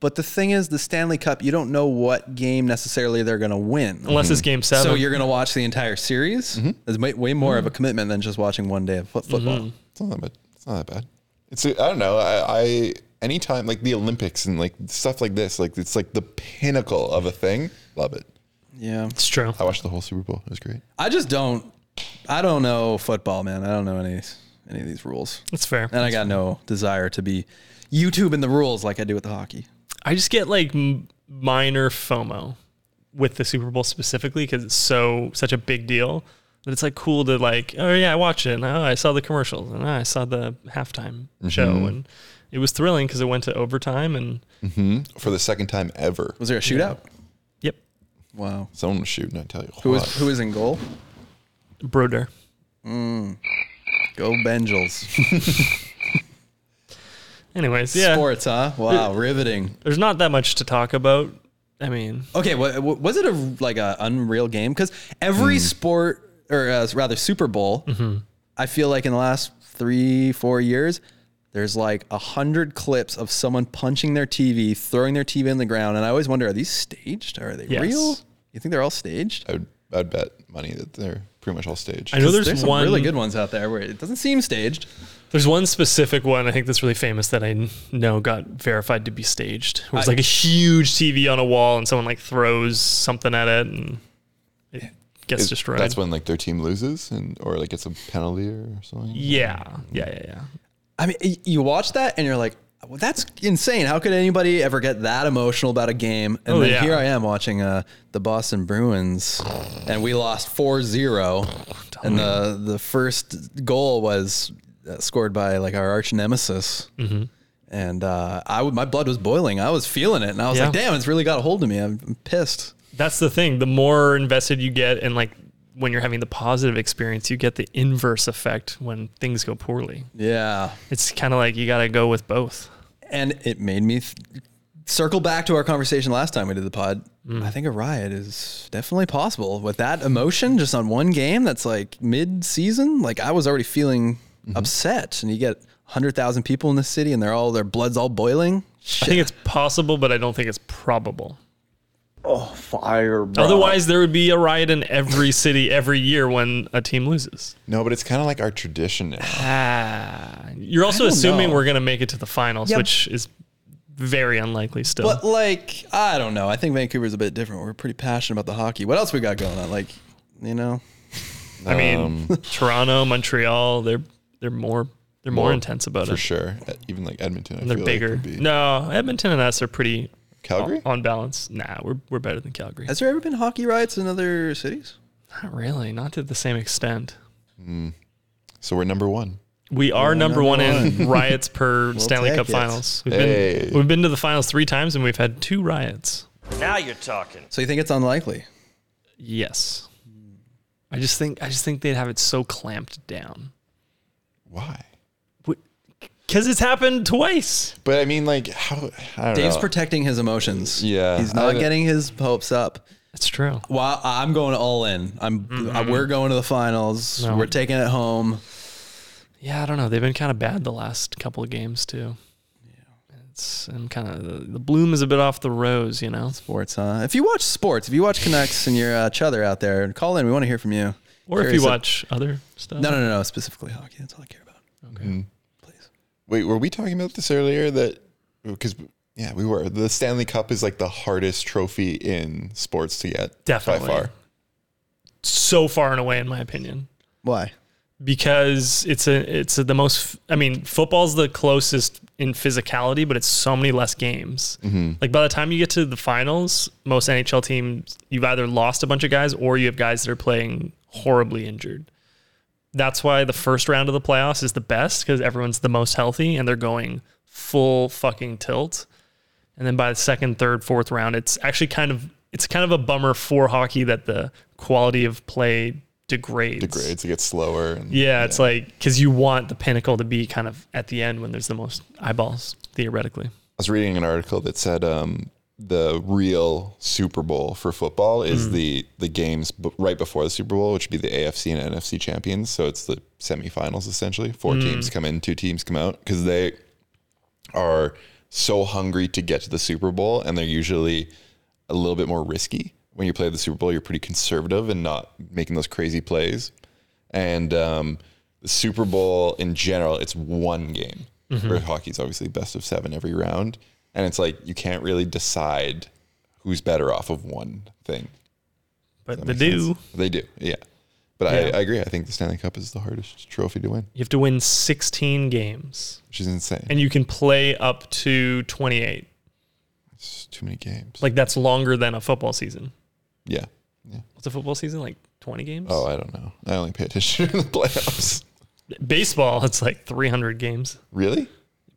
Speaker 2: But the thing is, the Stanley Cup, you don't know what game necessarily they're going to win.
Speaker 3: Unless it's game seven.
Speaker 2: Mm-hmm. So you're going to watch the entire series? Mm-hmm. It's way, way more of a commitment than just watching one day of foot football.
Speaker 5: It's not that bad. It's not that bad. It's I I don't know. I, I anytime like the Olympics and like stuff like this, like it's like the pinnacle of a thing. Love it.
Speaker 2: Yeah.
Speaker 3: It's true.
Speaker 5: I watched the whole Super Bowl. It was great.
Speaker 2: I just don't. I don't know football, man. I don't know any any of these rules,
Speaker 3: That's fair.
Speaker 2: and I got no desire to be YouTubing the rules like I do with the hockey.
Speaker 3: I just get like m- minor FOMO with the Super Bowl specifically because it's so such a big deal that it's like cool to like oh yeah I watched it and oh I saw the commercials and oh, I saw the halftime show
Speaker 5: Mhm.
Speaker 3: and it was thrilling because it went to overtime and
Speaker 5: hmm For the second time ever,
Speaker 2: Was there a shootout?
Speaker 3: yep
Speaker 2: Wow.
Speaker 5: someone was shooting. I tell you
Speaker 2: Who
Speaker 5: what.
Speaker 2: was who was in goal?
Speaker 3: Broder
Speaker 2: Go Bengals. <laughs>
Speaker 3: anyways yeah
Speaker 2: Sports, huh? Wow, riveting.
Speaker 3: there's not that much to talk about I mean
Speaker 2: Okay, wa- wa- was it a like a unreal game? Because every
Speaker 3: Hmm.
Speaker 2: sport, or uh, rather Super Bowl,
Speaker 3: Mm-hmm.
Speaker 2: I feel like in the last three, four years, there's like a hundred clips of someone punching their TV, throwing their TV in the ground, and I always wonder, are these staged? Are they
Speaker 3: Yes.
Speaker 2: real? You think they're all staged?
Speaker 5: I would, I'd bet money that they're pretty much all staged.
Speaker 3: I know
Speaker 2: 'Cause
Speaker 3: there's,
Speaker 2: there's some
Speaker 3: one
Speaker 2: really good ones out there where it doesn't seem staged.
Speaker 3: There's one specific one I think that's really famous that I n- know got verified to be staged. It was
Speaker 2: I-
Speaker 3: like a huge TV on a wall and someone like throws something at it and it gets
Speaker 5: Is-
Speaker 3: destroyed.
Speaker 5: That's when like their team loses and or like gets a penalty or something.
Speaker 3: yeah, yeah, yeah, yeah.
Speaker 2: I mean, y- you watch that and you're like, well, that's insane. How could anybody ever get that emotional about a game? And
Speaker 3: Oh,
Speaker 2: then
Speaker 3: yeah.
Speaker 2: here I am watching uh, the Boston Bruins, and we lost 4-0. and the the first goal was uh, scored by like our arch nemesis.
Speaker 3: Mm-hmm.
Speaker 2: And uh, I w- my blood was boiling. I was feeling it, and I was
Speaker 3: Yeah.
Speaker 2: like, damn, it's really got a hold of me. I'm, I'm pissed.
Speaker 3: That's the thing. The more invested you get and like when you're having the positive experience, you get the inverse effect when things go poorly.
Speaker 2: Yeah.
Speaker 3: It's kind of like you got to go with both.
Speaker 2: and it made me th- circle back to our conversation last time we did the pod.
Speaker 5: Mm.
Speaker 2: I think a riot is definitely possible with that emotion just on one game that's like mid season. Like I was already feeling
Speaker 5: Mm-hmm.
Speaker 2: upset, and you get 100,000 people in the city and they're all, their blood's all boiling.
Speaker 3: I think it's possible, but I don't think it's probable.
Speaker 4: Oh, fire, bro.
Speaker 3: Otherwise, there would be a riot in every city every year when a team loses.
Speaker 5: No, but it's kind of like our tradition now.
Speaker 3: Ah, you're also
Speaker 2: don't
Speaker 3: assuming
Speaker 2: know.
Speaker 3: we're going to make it to the finals,
Speaker 2: Yeah,
Speaker 3: which is very unlikely still.
Speaker 2: But like, I don't know. I think Vancouver's a bit different. We're pretty passionate about the hockey. What else we got going on? Like, you know,
Speaker 3: I mean, <laughs> Toronto, Montreal, they're they're more they're more,
Speaker 5: More,
Speaker 3: intense about
Speaker 5: for
Speaker 3: it.
Speaker 5: sure. Uh, Even like Edmonton, I
Speaker 3: And they're
Speaker 5: feel
Speaker 3: bigger.
Speaker 5: Like would be.
Speaker 3: no, Oh. Edmonton and us are pretty
Speaker 5: Calgary.
Speaker 3: on balance. Nah, we're we're better than Calgary.
Speaker 2: has there ever been hockey riots in other cities?
Speaker 3: not really, not to the same extent.
Speaker 5: So we're number one.
Speaker 3: We are number,
Speaker 2: number <laughs>
Speaker 3: one, in riots per Stanley
Speaker 2: take
Speaker 3: Cup
Speaker 2: it.
Speaker 3: Finals. We've
Speaker 5: Hey.
Speaker 3: been we've been to the finals three times and we've had two riots.
Speaker 4: now you're talking.
Speaker 2: So you think it's unlikely?
Speaker 3: Yes. I just think I just think they'd have it so clamped down
Speaker 5: Why?
Speaker 3: because it's happened twice.
Speaker 5: But I mean, like how? I don't
Speaker 2: Dave's
Speaker 5: know.
Speaker 2: protecting his emotions.
Speaker 5: Yeah.
Speaker 2: He's not
Speaker 5: I-
Speaker 2: getting his hopes up.
Speaker 3: That's true.
Speaker 2: Well, I- I'm going all in. I'm uh, we're going to the finals.
Speaker 3: Mm-hmm. No.
Speaker 2: We're taking it home.
Speaker 3: Yeah, I don't know. They've been kind of bad the last couple of games too. It's and kind of the, the bloom is a bit off the rose, you know.
Speaker 2: Sports, huh? uh, If you watch sports, if you watch Canucks and you're uh, Chother out there, call in. We want to hear from you.
Speaker 3: Or if
Speaker 2: Curious
Speaker 3: you
Speaker 2: ab-
Speaker 3: watch other stuff.
Speaker 2: no, no, no, no, specifically hockey. That's all I care about.
Speaker 5: Mm. Wait, were we talking about this earlier? That because yeah, we were. The Stanley Cup is like the hardest trophy in sports to get.
Speaker 3: Definitely.
Speaker 5: by far.
Speaker 3: So far and away, in my opinion.
Speaker 2: Why?
Speaker 3: because it's a it's a, the most i mean football's the closest in physicality but it's so many less games like by the time you get to the finals most nhl teams you've either lost a bunch of guys or you have guys that are playing horribly injured that's why the first round of the playoffs is the best because everyone's the most healthy and they're going full fucking tilt and then by the second third fourth round it's actually kind of it's kind of a bummer for hockey that the quality of play degrades
Speaker 5: Degrades. It gets slower. And,
Speaker 3: yeah, it's like because you want the pinnacle to be kind of at the end when there's the most eyeballs, theoretically.
Speaker 5: I was reading an article that said um, the real Super Bowl for football is the the games b- right before the Super Bowl, which would be the AFC and NFC champions. So it's the semifinals essentially. Four teams come in, two teams come out because they are so hungry to get to the Super Bowl, and they're usually a little bit more risky. When you play the Super Bowl, you're pretty conservative and not making those crazy plays. And um, the Super Bowl in general, it's one game.
Speaker 3: Mm-hmm.
Speaker 5: Where hockey's obviously best of seven every round, and it's like you can't really decide who's better off of one thing.
Speaker 3: But
Speaker 5: That
Speaker 3: the
Speaker 5: makes sense?
Speaker 3: do
Speaker 5: they do, yeah. But
Speaker 3: Yeah.
Speaker 5: I, I agree. I think the Stanley Cup is the hardest trophy to win,
Speaker 3: you have to win 16 games,
Speaker 5: which is insane.
Speaker 3: and you can play up to 28.
Speaker 5: it's too many games.
Speaker 3: Like that's longer than a football season.
Speaker 5: yeah, yeah.
Speaker 3: What's a football season like? 20 games?
Speaker 5: Oh, I don't know. I only pay attention <laughs> in the playoffs.
Speaker 3: Baseball, <laughs> it's like 300 games.
Speaker 5: Really?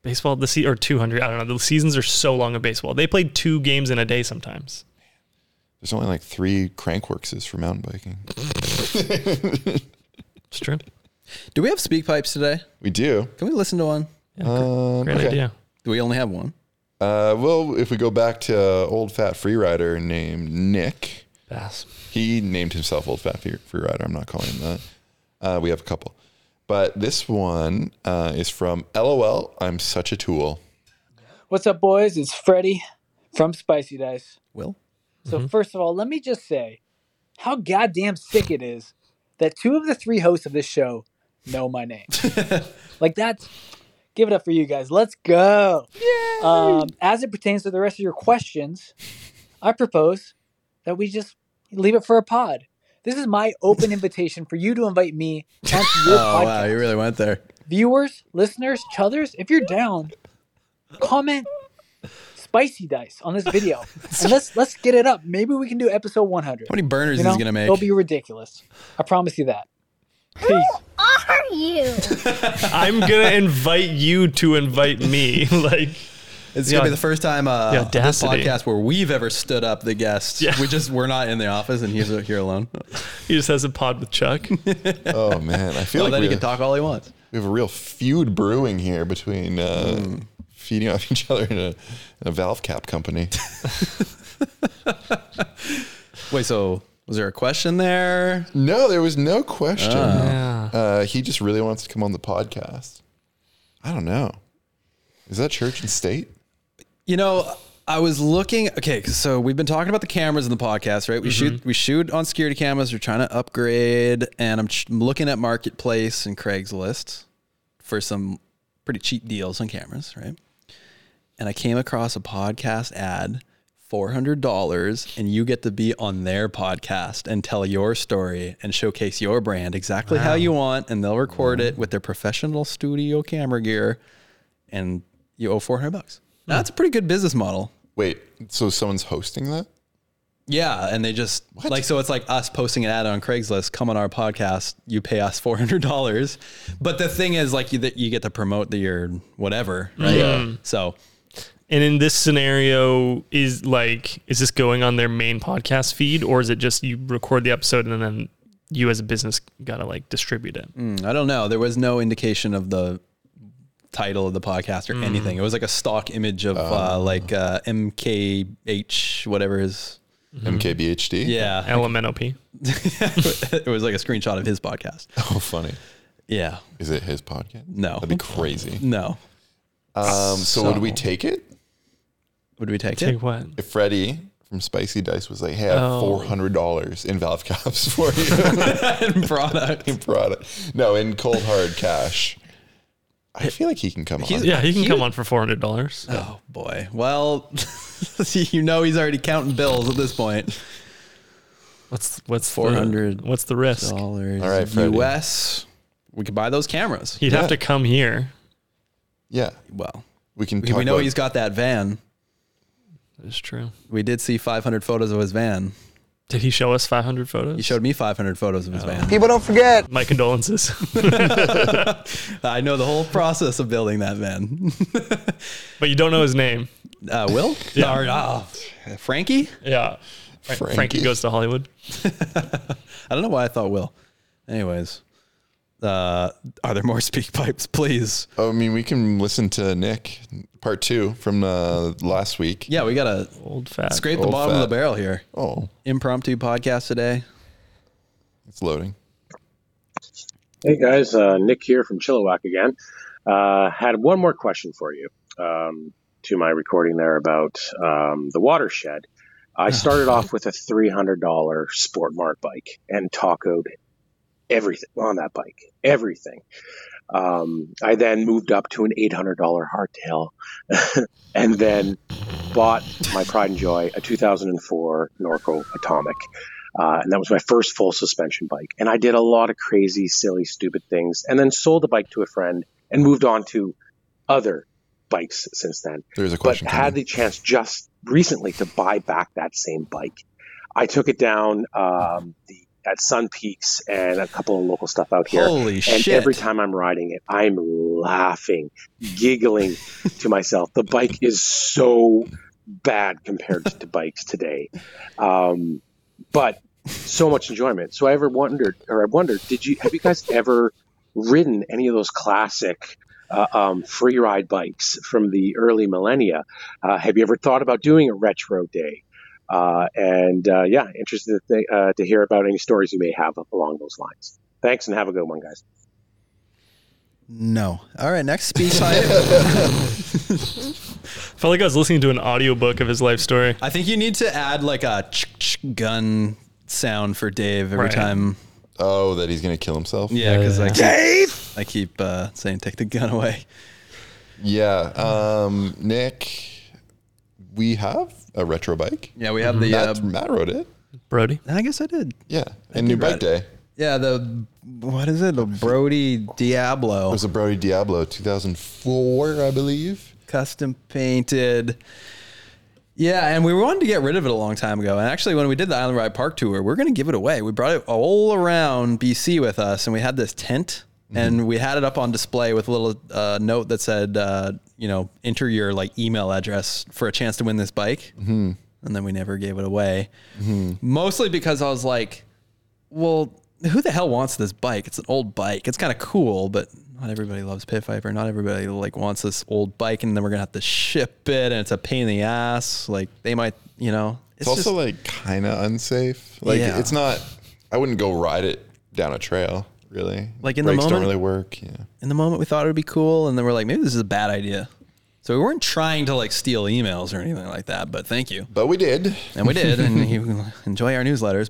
Speaker 3: Baseball, the se- or 200. I don't know. The seasons are so long in baseball. They play two games in a day sometimes.
Speaker 5: There's only like three crankworxes for mountain biking.
Speaker 3: It's true.
Speaker 2: Do we have speak pipes today?
Speaker 5: We do.
Speaker 2: Can we listen to one?
Speaker 5: Um,
Speaker 3: Great
Speaker 5: okay.
Speaker 3: idea.
Speaker 2: Do we only have one?
Speaker 5: Uh, well, if we go back to old fat freerider named Nick,
Speaker 3: Pass.
Speaker 5: he named himself old fat Free- freerider. I'm not calling him that. Uh, we have a couple, but this one uh, is from LOL. I'm such a tool.
Speaker 10: What's up, boys? It's Freddie from Spicy Dice.
Speaker 2: Will?
Speaker 10: So,
Speaker 2: Mm-hmm.
Speaker 10: first of all, let me just say how goddamn sick it is that two of the three hosts of this show know my
Speaker 2: <laughs>
Speaker 10: name. like that's give it up for you guys. Let's go. Um, as it pertains to the rest of your questions, I propose that we just leave it for a pod. This is my open invitation for you to invite me onto your
Speaker 2: <laughs> Oh
Speaker 10: podcast.
Speaker 2: wow, you really went there.
Speaker 10: Viewers, listeners, chuthers, if you're down, comment spicy dice on this video.
Speaker 2: <laughs>
Speaker 10: and let's let's get it up. Maybe we can do episode 100.
Speaker 2: How many burners
Speaker 10: You
Speaker 2: is
Speaker 10: know,
Speaker 2: he gonna make?
Speaker 10: It'll be ridiculous. I promise you that.
Speaker 12: Are you?
Speaker 3: I'm
Speaker 5: <laughs>
Speaker 3: gonna invite you to invite me. <laughs> like
Speaker 2: It's
Speaker 3: Yeah.
Speaker 2: gonna be the first time uh,
Speaker 3: The
Speaker 2: on this
Speaker 3: audacity.
Speaker 2: podcast where we've ever stood up the guests.
Speaker 3: Yeah.
Speaker 2: We just we're not in the office, and he's here alone.
Speaker 3: he just has a pod with Chuck.
Speaker 5: Oh man, I
Speaker 2: <laughs>
Speaker 5: feel
Speaker 2: Well,
Speaker 5: like
Speaker 2: then he
Speaker 5: we-
Speaker 2: can talk all he wants.
Speaker 5: We have a real feud brewing here between uh,
Speaker 2: Hmm.
Speaker 5: feeding off <laughs> each other in a, in a valve cap company. <laughs>
Speaker 2: Wait, so was there a question there?
Speaker 5: No, there was no question.
Speaker 2: Ah.
Speaker 5: Uh, he just really wants to come on the podcast. I don't know. Is that church and state?
Speaker 2: You know, I was looking. Okay, so we've been talking about the cameras in the podcast, right? We shoot we shoot on security cameras. We're trying to upgrade, and I'm ch- looking at Marketplace and Craigslist for some pretty cheap deals on cameras, right? And I came across a podcast ad, four hundred dollars, and you get to be on their podcast and tell your story and showcase your brand exactly how
Speaker 3: Wow.
Speaker 2: you want, and they'll record it with their professional studio camera gear, and you owe four hundred bucks. Now, That's a pretty good business model.
Speaker 5: Wait, so someone's hosting that?
Speaker 2: Yeah, and they just like so it's like us posting an ad on Craigslist, come on our podcast, you pay us four hundred dollars. But the thing is, like you that you get to promote the your whatever, right?
Speaker 3: Yeah.
Speaker 2: So
Speaker 3: And in this scenario, is like, is this going on their main podcast feed, or is it just you record the episode and then you as a business gotta like distribute it?
Speaker 2: mm, I don't know. There was no indication of the title of the podcast or
Speaker 3: Mm.
Speaker 2: anything. It was like a stock image of uh, like uh, MKH whatever is
Speaker 5: MKBHD.
Speaker 2: Mm-hmm. Yeah,
Speaker 3: LMNOP.
Speaker 2: <laughs> it was like a screenshot of his podcast.
Speaker 5: <laughs> Oh, funny.
Speaker 2: Yeah.
Speaker 5: Is it his podcast?
Speaker 2: No.
Speaker 5: That'd be crazy.
Speaker 2: <laughs> No.
Speaker 5: Um, so, would we
Speaker 2: So-
Speaker 5: take it?
Speaker 2: Would we take, <laughs>
Speaker 3: Take
Speaker 2: it?
Speaker 3: what?
Speaker 5: If Freddie from Spicy Dice was like, "Hey, I have
Speaker 2: Oh.
Speaker 5: four hundred dollars in valve caps <laughs> for you
Speaker 2: in product,
Speaker 5: in product, no, in cold hard cash," I feel like he can come on.
Speaker 3: yeah, he can come on for four hundred dollars.
Speaker 2: Oh boy. Well, <laughs> you know he's already counting bills at this point.
Speaker 3: What's what's
Speaker 2: four hundred?
Speaker 3: What's the risk?
Speaker 2: Dollars.
Speaker 3: All right, Freddie.
Speaker 2: U.S. We could buy those cameras.
Speaker 3: He'd have to come here.
Speaker 5: Yeah.
Speaker 2: Well,
Speaker 5: we
Speaker 2: We,
Speaker 5: can.
Speaker 2: we
Speaker 5: talk
Speaker 2: know
Speaker 5: about-
Speaker 2: he's got that van.
Speaker 3: That's true.
Speaker 2: We did see 500 photos of his van.
Speaker 3: Did he show us 500 photos?
Speaker 2: He showed me 500 photos of his van.
Speaker 3: People don't forget. My condolences. <laughs>
Speaker 2: I know the whole process of building that van. <laughs>
Speaker 3: but you don't know his name.
Speaker 2: Uh, Will?
Speaker 3: <laughs> Yeah.
Speaker 2: Or, uh, Frankie?
Speaker 3: Yeah. Fra- Frankie.
Speaker 2: Frankie.
Speaker 3: goes to Hollywood.
Speaker 2: I don't know why I thought Will. Anyways, uh, are there more speak pipes, please?
Speaker 5: I mean, we can listen to Nick part two from uh, last week.
Speaker 2: Yeah, we gotta
Speaker 3: old fat
Speaker 2: scrape the bottom of the barrel here.
Speaker 5: Oh,
Speaker 2: impromptu podcast today.
Speaker 5: It's loading.
Speaker 13: Hey guys, uh, Nick here from Chilliwack again. Uh, had one more question for you um, to my recording there about um, the watershed. I started off with a three hundred dollar Sportmart bike and tacoed everything on that bike, everything. Um, I then moved up to an eight hundred dollar hardtail, <laughs> and then bought my pride and joy a two thousand and four Norco Atomic. Uh, and that was my first full suspension bike. And I did a lot of crazy, silly, stupid things, and then sold the bike to a friend and moved on to other bikes since then.
Speaker 5: There's a
Speaker 13: question. But had the chance just recently to buy back that same bike. I took it down um, the, at Sun Peaks and a couple of local stuff out here.
Speaker 2: Holy
Speaker 13: and
Speaker 2: shit.
Speaker 13: Every time I'm riding it, I'm laughing,
Speaker 2: <laughs>
Speaker 13: giggling to myself. The bike is so bad compared to bikes today. Um, but so much enjoyment. So I ever wondered, or I wondered, did you have you guys ever ridden any of those classic uh, um, free ride bikes from the early millennia? Uh, have you ever thought about doing a retro day? Uh, and uh, yeah, interested to, th- uh, to hear about any stories you may have along those lines. Thanks, and have a good one, guys.
Speaker 2: No. All right, next speak pipe. <laughs>
Speaker 3: Felt like I was listening to an audiobook of his life story.
Speaker 2: I think you need to add like a ch- ch- gun sound for Dave every
Speaker 3: Right.
Speaker 2: time
Speaker 5: Oh, that he's gonna kill himself.
Speaker 2: Yeah, because I Dave, I keep uh, saying take the gun away.
Speaker 5: Yeah, um, Nick, we have a retro bike.
Speaker 2: Yeah, we have the,
Speaker 5: Matt,
Speaker 2: uh,
Speaker 5: Matt rode it.
Speaker 3: Brody,
Speaker 2: I guess I did.
Speaker 5: Yeah,
Speaker 2: I
Speaker 5: and new
Speaker 2: did ride
Speaker 5: bike day.
Speaker 2: Yeah, the what is it? The Brody Diablo. It
Speaker 5: was a Brody Diablo 2004, I believe.
Speaker 2: Custom painted. Yeah, and we wanted to get rid of it a long time ago. And actually, when we did the Island Ride Park tour, we are going to give it away. We brought it all around BC with us, and we had this tent, and we had it up on display with a little uh, note that said, uh, you know, enter your like email address for a chance to win this bike.
Speaker 5: Mhm.
Speaker 2: And then we never gave it away,
Speaker 5: Mm-hmm.
Speaker 2: mostly because I was like, well, who the hell wants this bike? It's an old bike. It's kind of cool, but not everybody loves Pit Viper. Not everybody like wants this old bike, and then we're gonna have to ship it, and it's a pain in the ass. Like they might, you know.
Speaker 5: It's, also like kind of unsafe. Like
Speaker 2: Yeah.
Speaker 5: it's not. I wouldn't go ride it down a trail. Really.
Speaker 2: Like in the
Speaker 5: Brakes
Speaker 2: moment-
Speaker 5: don't really work. Yeah.
Speaker 2: in the moment we thought it would be cool, and then we're like, maybe this is a bad idea. So we weren't trying to like steal emails or anything like that, but thank you.
Speaker 5: But we did,
Speaker 2: and we did, and <laughs> you enjoy our newsletters.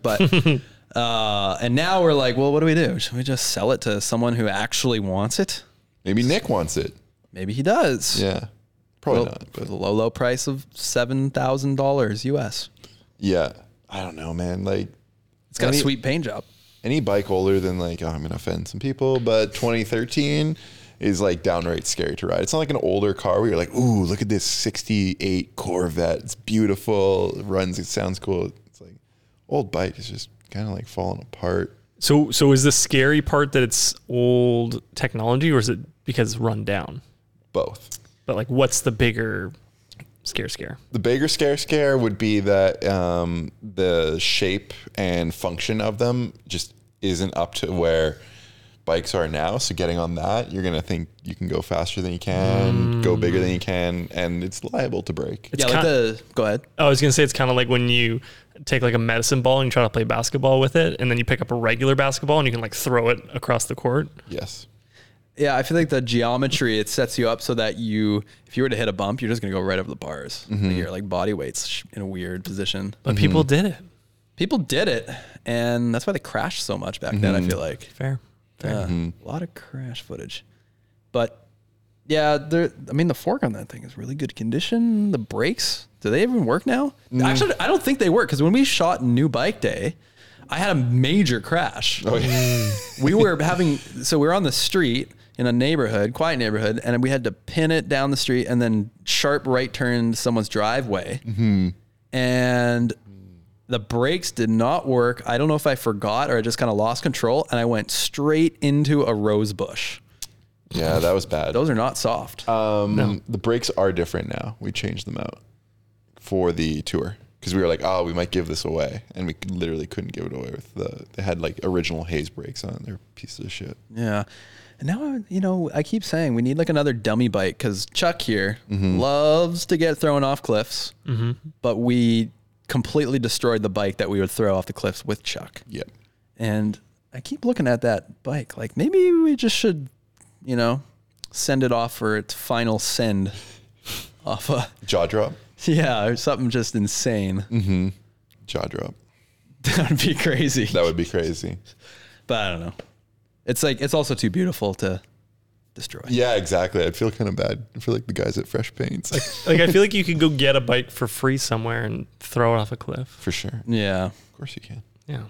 Speaker 2: <laughs> But uh, and now we're like, well, what do we do? Should we just sell it to someone who actually wants it?
Speaker 5: Maybe Nick wants it.
Speaker 2: Maybe he does.
Speaker 5: Yeah, probably
Speaker 2: Well,
Speaker 5: not.
Speaker 2: For the low, low price of seven thousand dollars US.
Speaker 5: Yeah. I don't know, man. Like,
Speaker 2: It's got a sweet paint job.
Speaker 5: Any bike older than like, oh, I'm gonna offend some people, but 2013 is like downright scary to ride. It's not like an older car where you're like, ooh, look at this 68 Corvette. It's beautiful. It runs. It sounds cool. It's like old bike is just kind of like falling apart.
Speaker 3: So, so is the scary part that it's old technology, or is it because it's run down?
Speaker 5: Both.
Speaker 3: But like, what's the bigger scare? Scare.
Speaker 5: The bigger scare scare would be that um, the shape and function of them just isn't up to where bikes are now. So getting on that, you're gonna think you can go faster than you can, go bigger than you can, and it's liable to break.
Speaker 3: It's kin-
Speaker 2: go ahead.
Speaker 3: I was gonna say it's kind of like when you take like a medicine ball and you try to play basketball with it, and then you pick up a regular basketball and you can like throw it across the court.
Speaker 5: Yes.
Speaker 2: Yeah, I feel like the geometry it sets you up so that you, if you were to hit a bump, you're just gonna go right over the bars. Like,
Speaker 3: Mhm.
Speaker 2: your like body weight's sh- in a weird position.
Speaker 3: But people did it.
Speaker 2: People did it, and that's why they crashed so much back then. I
Speaker 5: Mm-hmm.
Speaker 3: Mhm.
Speaker 2: feel like
Speaker 3: Fair. Fair.
Speaker 2: Yeah, a lot of crash footage, but yeah, there. I mean, the fork on that thing is really good condition. The brakes, do they even work now?
Speaker 5: Mm.
Speaker 2: Actually, I don't think they work because when we shot New Bike Day, I had a major crash.
Speaker 5: Oh, yeah.
Speaker 2: <laughs> we were having so we were on the street in a neighborhood, quiet neighborhood, and we had to pin it down the street and then sharp right turn to someone's driveway
Speaker 5: Mm-hmm.
Speaker 2: and the brakes did not work. I don't know if I forgot or I just kind of lost control and I went straight into a rose bush.
Speaker 5: Yeah, that was bad.
Speaker 2: Those are not soft.
Speaker 5: Um,
Speaker 2: No.
Speaker 5: The brakes are different now. We changed them out for the tour because we were like, oh, we might give this away, and we literally couldn't give it away with the. They had like original Hayes brakes on. They're pieces of shit.
Speaker 2: Yeah. And now, I- you know, I keep saying we need like another dummy bike because Chuck here
Speaker 5: Mhm.
Speaker 2: loves to get thrown off cliffs,
Speaker 5: Mhm.
Speaker 2: but we completely destroyed the bike that we would throw off the cliffs with Chuck.
Speaker 5: Yep.
Speaker 2: And I keep looking at that bike like maybe we just should, you know, send it off for its final send <laughs> off a
Speaker 5: jaw drop.
Speaker 2: <laughs> Yeah, or something just <laughs> insane.
Speaker 5: Mm-hmm. Jaw drop.
Speaker 2: That would be crazy.
Speaker 5: That would be crazy.
Speaker 2: But I don't know. It's like it's also too beautiful to destroy.
Speaker 5: Yeah, exactly. I'd feel kind of bad. I feel like the guys at Fresh Paints.
Speaker 3: Like I feel like you could go get a bike for free somewhere and throw it off a cliff.
Speaker 5: for sure.
Speaker 2: Yeah.
Speaker 5: Of course you can.
Speaker 3: Yeah.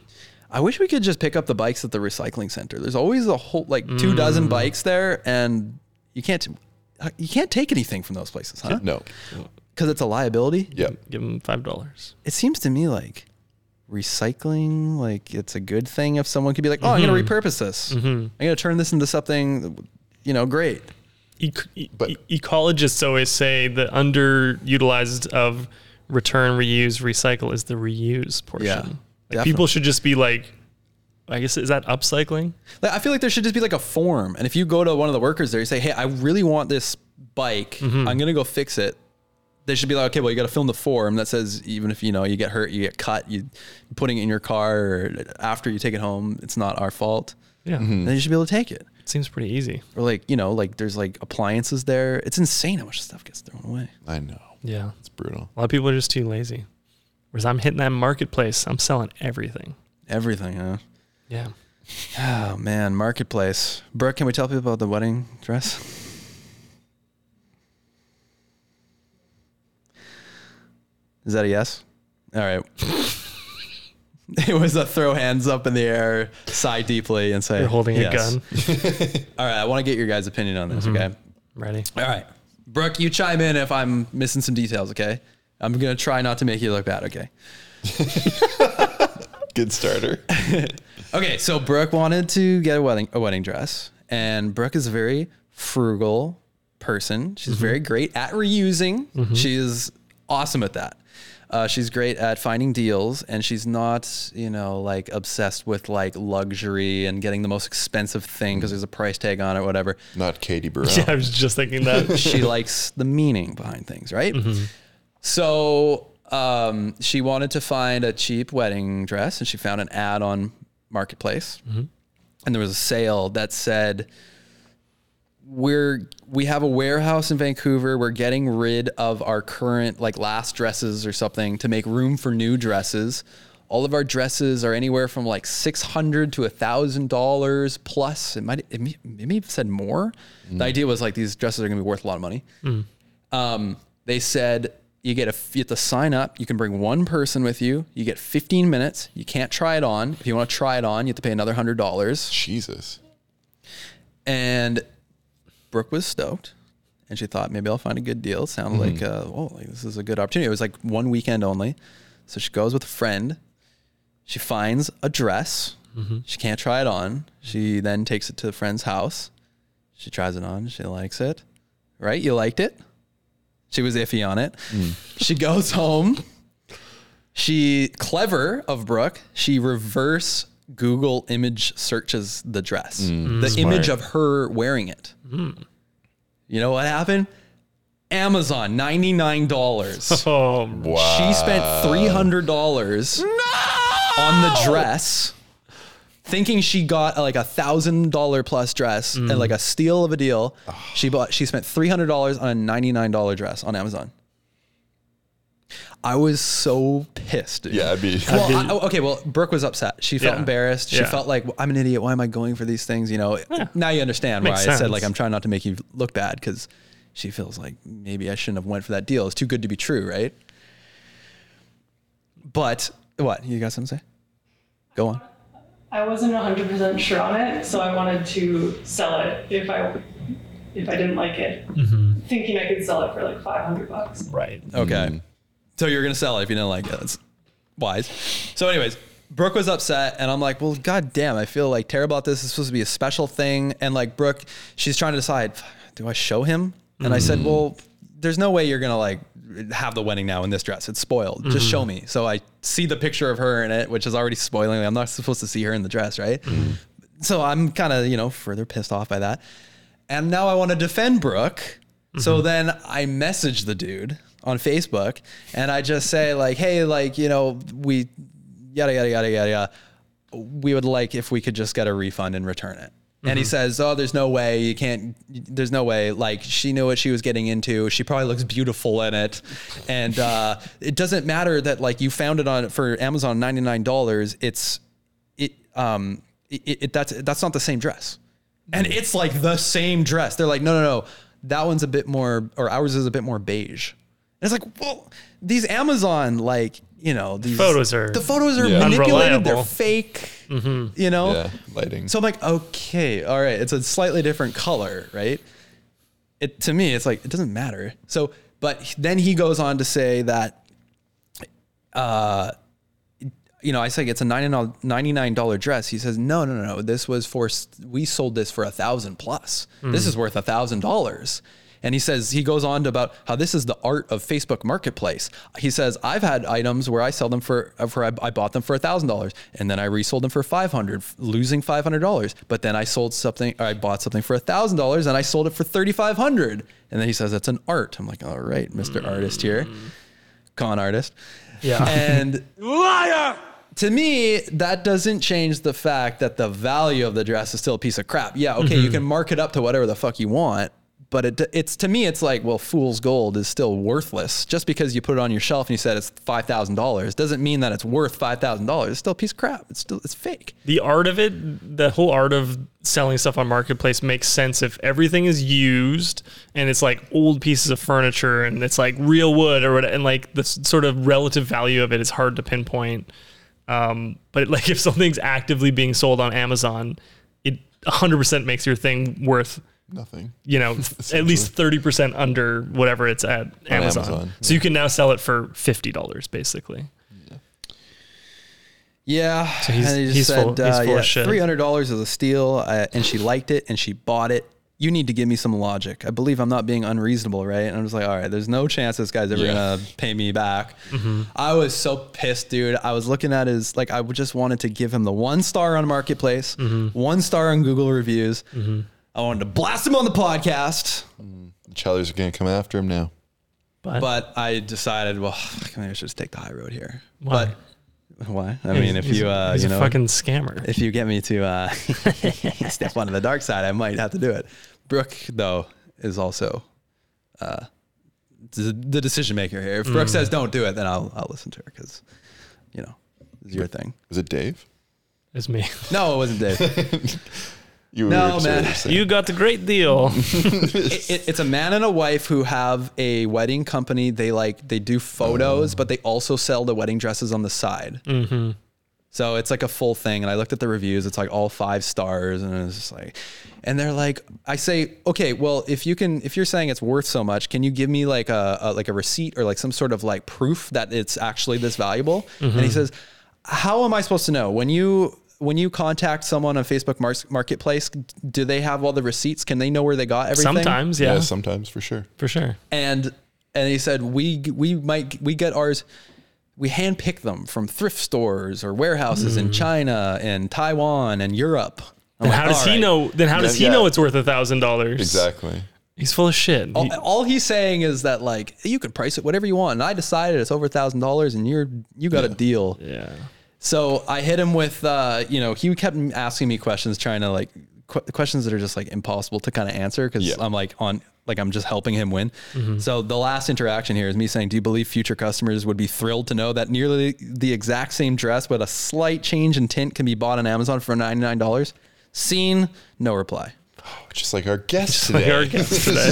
Speaker 2: I wish we could just pick up the bikes at the recycling center. There's always a whole like two
Speaker 3: Mm.
Speaker 2: dozen bikes there, and you can't uh, you can't take anything from those places, huh?
Speaker 5: No.
Speaker 2: because it's a liability.
Speaker 5: Yep.
Speaker 3: Give them five dollars.
Speaker 2: It seems to me like recycling, like it's a good thing if someone could be like, oh, I'm going
Speaker 3: Mhm.
Speaker 2: to repurpose this.
Speaker 3: Mhm.
Speaker 2: I'm going to turn this into something, you know, great.
Speaker 3: but e, ecologists always say the underutilized of return, reuse, recycle is the reuse portion.
Speaker 2: Yeah,
Speaker 3: Like, people should just be like, I guess is that upcycling?
Speaker 2: Like, I feel like there should just be like a form. And if you go to one of the workers there, you say, Hey, I really want this bike. I'm going to go fix it. They should be like, okay, well, you got to film the form that says even if you know you get hurt, you get cut, you you're putting it in your car, or after you take it home, it's not our fault.
Speaker 3: Yeah.
Speaker 2: then you should be able to take it.
Speaker 3: It seems pretty easy.
Speaker 2: Or like you know, like there's like appliances there. It's insane how much stuff gets thrown away.
Speaker 5: I know.
Speaker 3: Yeah.
Speaker 5: It's brutal.
Speaker 3: A lot of people are just too lazy. Whereas I'm hitting that marketplace, I'm selling everything.
Speaker 2: Everything, huh?
Speaker 3: Yeah.
Speaker 2: Oh man, marketplace. Brooke, can we tell people about the wedding dress? Is that a yes? All right. <laughs> it was a throw hands up in the air, sigh deeply, and say,
Speaker 3: You're holding a
Speaker 2: <laughs>
Speaker 3: gun.
Speaker 2: All right, I want to get your guys' opinion on this.
Speaker 3: Mhm.
Speaker 2: Okay.
Speaker 3: Ready.
Speaker 2: All right, Brooke, you chime in if I'm missing some details. Okay. I'm gonna try not to make you look bad. Okay.
Speaker 5: Good starter.
Speaker 2: Okay, so Brooke wanted to get a wedding a wedding dress, and Brooke is a very frugal person. She's very great at reusing.
Speaker 14: Mhm.
Speaker 2: She is awesome at that. Uh, she's great at finding deals, and she's not, you know, like obsessed with like luxury and getting the most expensive thing because there's a price tag on it, whatever.
Speaker 5: <laughs> Not Katie
Speaker 2: <laughs>
Speaker 5: Burrell.
Speaker 3: <laughs> Yeah, I was just thinking that.
Speaker 2: she likes the meaning behind things, right? So um, she wanted to find a cheap wedding dress, and she found an ad on Marketplace,
Speaker 3: Mhm.
Speaker 2: and there was a sale that said, "We're we have a warehouse in Vancouver. We're getting rid of our current like last dresses or something to make room for new dresses." All of our dresses are anywhere from like six hundred to thousand dollars plus. It might, it may, it may have said more. The idea was like these dresses are going to be worth a lot of money
Speaker 3: Mm.
Speaker 2: um, they said you get a you have to sign up. You can bring one person with you. You get 15 minutes. You can't try it on. If you want to try it on, you have to pay another hundred dollars.
Speaker 5: Jesus.
Speaker 2: And Brooke was stoked, and she thought maybe I'll find a good deal. It sounded like uh, oh, like, this is a good opportunity. It was like one weekend only, so she goes with a friend. She finds a dress.
Speaker 3: Mhm.
Speaker 2: She can't try it on. She then takes it to the friend's house. She tries it on. She likes it. Right? You liked it? She was iffy on it. She goes home. She clever of Brooke. She reverse Google image searches the dress,
Speaker 3: Mm,
Speaker 2: the
Speaker 3: smart.
Speaker 2: image of her wearing it.
Speaker 3: Mm.
Speaker 2: You know what happened? Amazon, ninety nine dollars.
Speaker 3: Oh,
Speaker 2: She spent three hundred dollars on the dress, thinking she got like a thousand dollar plus dress
Speaker 3: Mm.
Speaker 2: and like a steal of a deal.
Speaker 3: Ah.
Speaker 2: She bought. She spent three hundred dollars on a ninety nine dollar dress on Amazon. I was so pissed. Dude.
Speaker 5: Yeah, I'd be.
Speaker 2: Well, I- oh, okay. Well, Brooke was upset. She felt
Speaker 5: Yeah.
Speaker 2: embarrassed. She
Speaker 5: Yeah.
Speaker 2: felt like I'm an idiot. Why am I going for these things? You know. Now you understand why
Speaker 3: Makes
Speaker 2: I said
Speaker 3: sense.
Speaker 2: like I'm trying not to make you look bad because she feels like maybe I shouldn't have went for that deal. It's too good to be true, right? But what you got something to say? Go on.
Speaker 15: I wasn't 100% sure on it, so I wanted to sell it if I if I didn't like it, thinking I could sell it for like 500 bucks.
Speaker 3: Right.
Speaker 2: Okay. So you're gonna sell it if you didn't like it. That's wise. So, anyways, Brooke was upset, and I'm like, well, god damn, I feel like terrible about this. It's supposed to be a special thing, and like Brooke, she's trying to decide, do I show him? And I said, well, there's no way you're gonna like have the wedding now in this dress. It's spoiled. Just
Speaker 3: Mhm.
Speaker 2: show me. So I see the picture of her in it, which is already spoiling. I'm not supposed to see her in the dress, right? So I'm kind of you know further pissed off by that. And now I want to defend Brooke. So then I message the dude on Facebook and I just say like, hey, like, you know, we yada yada yada yada yada. We would like if we could just get a refund and return it. And he
Speaker 3: Mhm.
Speaker 2: says, "Oh, there's no way you can't. There's no way. Like she knew what she was getting into. She probably looks beautiful in it, and uh, it doesn't matter that like you found it on for Amazon ninety nine dollars. It's it um it, it that's that's not the same dress and it's like the same dress they're like no no no that one's a bit more or ours is a bit more beige and it's like well these amazon like you know these
Speaker 3: Photos are
Speaker 2: the photos are
Speaker 3: Yeah.
Speaker 2: manipulated
Speaker 3: unreliable.
Speaker 2: they're fake you know
Speaker 5: Yeah, lighting.
Speaker 2: so i'm like okay all right it's a slightly different color right it to me it's like it doesn't matter so but then he goes on to say that uh you know, I say it's a $99 dress. He says, no, no, no, no. This was for, we sold this for a thousand plus. This
Speaker 3: Mm.
Speaker 2: is worth a thousand dollars. And he says, he goes on to about how this is the art of Facebook marketplace. He says, I've had items where I sell them for, uh, for I, I bought them for a thousand dollars and then I resold them for 500, losing $500. But then I sold something, or I bought something for a thousand dollars and I sold it for 3,500. And then he says, that's an art. I'm like, all right, Mr. Artist here, con artist.
Speaker 3: Yeah.
Speaker 2: And liar. To me, that doesn't change the fact that the value of the dress is still a piece of crap. Yeah, okay, you
Speaker 3: Mhm.
Speaker 2: can mark it up to whatever the fuck you want, but it, it's to me, it's like, well, fool's gold is still worthless. Just because you put it on your shelf and you said it's five thousand dollars doesn't mean that it's worth five thousand dollars. It's still a piece of crap. It's still it's fake.
Speaker 3: The art of it, the whole art of selling stuff on marketplace makes sense if everything is used and it's like old pieces of furniture and it's like real wood or what, and like the s- sort of relative value of it is hard to pinpoint. Um, but <laughs> like if something's actively being sold on Amazon, it 100% makes your thing worth
Speaker 5: Nothing.
Speaker 3: You
Speaker 2: <laughs>
Speaker 3: know, at least 30% under whatever it's at Amazon.
Speaker 5: Amazon,
Speaker 3: So you can now sell it for $50 basically.
Speaker 2: Yeah,
Speaker 3: So he's-
Speaker 2: and he just
Speaker 3: he's
Speaker 2: said, uh,
Speaker 3: full- he's full of shit.
Speaker 2: three hundred dollars is a steal, uh, and she liked it and she bought it. You need to give me some logic. I believe I'm not being unreasonable, right? And I'm just like, all right, there's no chance this guy's ever
Speaker 3: Yeah.
Speaker 2: gonna pay me back.
Speaker 3: Mhm.
Speaker 2: I was so pissed, dude. I was looking at his like, I just wanted to give him the one star on Marketplace,
Speaker 3: Mm-hmm.
Speaker 2: one star on Google reviews. I wanted to blast him on the podcast,
Speaker 5: The Challies are going to come after him now.
Speaker 2: but, I decided, well, <sighs> I maybe I should just take the high road here.
Speaker 3: Why?
Speaker 2: But why? I
Speaker 3: He's-
Speaker 2: mean, if
Speaker 3: he's-
Speaker 2: you, uh,
Speaker 3: he's
Speaker 2: you
Speaker 3: a
Speaker 2: know,
Speaker 3: fucking scammer.
Speaker 2: If you get me to uh, <laughs> step onto the dark side, I might have to do it. Brooke, though, is also uh, the the decision maker here. If Brooke
Speaker 5: Mm.
Speaker 2: says don't do it, then I'll I'll listen to her because, you know, it's your thing.
Speaker 5: Was it Dave?
Speaker 2: <laughs>
Speaker 3: It's me.
Speaker 2: No, it wasn't Dave.
Speaker 5: You
Speaker 2: no,
Speaker 5: were
Speaker 2: man.
Speaker 5: saying- You
Speaker 3: got the great deal.
Speaker 2: it, it- it's a man and a wife who have a wedding company. They like they do photos, but they also sell the wedding dresses on the side.
Speaker 3: Oh. Mm-hmm.
Speaker 2: So it's like a full thing. And I looked at the reviews, it's like all five stars. And it's just like, and they're like, I say, okay, well, if you can, if you're saying it's worth so much, can you give me like a, a like a receipt or like some sort of like proof that it's actually this valuable? And he
Speaker 3: Mhm.
Speaker 2: says, how am I supposed to know when you, when you contact someone on Facebook mar- marketplace, do they have all the receipts? Can they know where they got everything?
Speaker 3: Sometimes, yeah.
Speaker 5: sometimes for sure.
Speaker 3: For sure.
Speaker 2: and and he said we we might we get ours we handpick them from thrift stores or warehouses in China and Taiwan and Europe. I'm
Speaker 3: Then
Speaker 2: like,
Speaker 3: Hmm. how does
Speaker 2: all
Speaker 3: he
Speaker 2: right.
Speaker 3: know? Then how does he know it's worth a thousand dollars?
Speaker 5: Exactly.
Speaker 3: He's full of shit.
Speaker 2: All, all he's saying is that like you could price it whatever you want, and I decided it's over a thousand dollars, and you're you got a deal.
Speaker 3: Yeah.
Speaker 2: So I hit him with uh, you know he kept asking me questions, trying to like qu- questions that are just like impossible to kind of answer because I'm like on like I'm just helping him win.
Speaker 3: Mhm.
Speaker 2: So the last interaction here is me saying, "Do you believe future customers would be thrilled to know that nearly the exact same dress with a slight change in tint can be bought on Amazon for ninety nine dollars?" Seen, no reply.
Speaker 5: Oh, Just like our guest
Speaker 2: Just like
Speaker 5: today.
Speaker 2: our
Speaker 5: <laughs>
Speaker 2: guest today.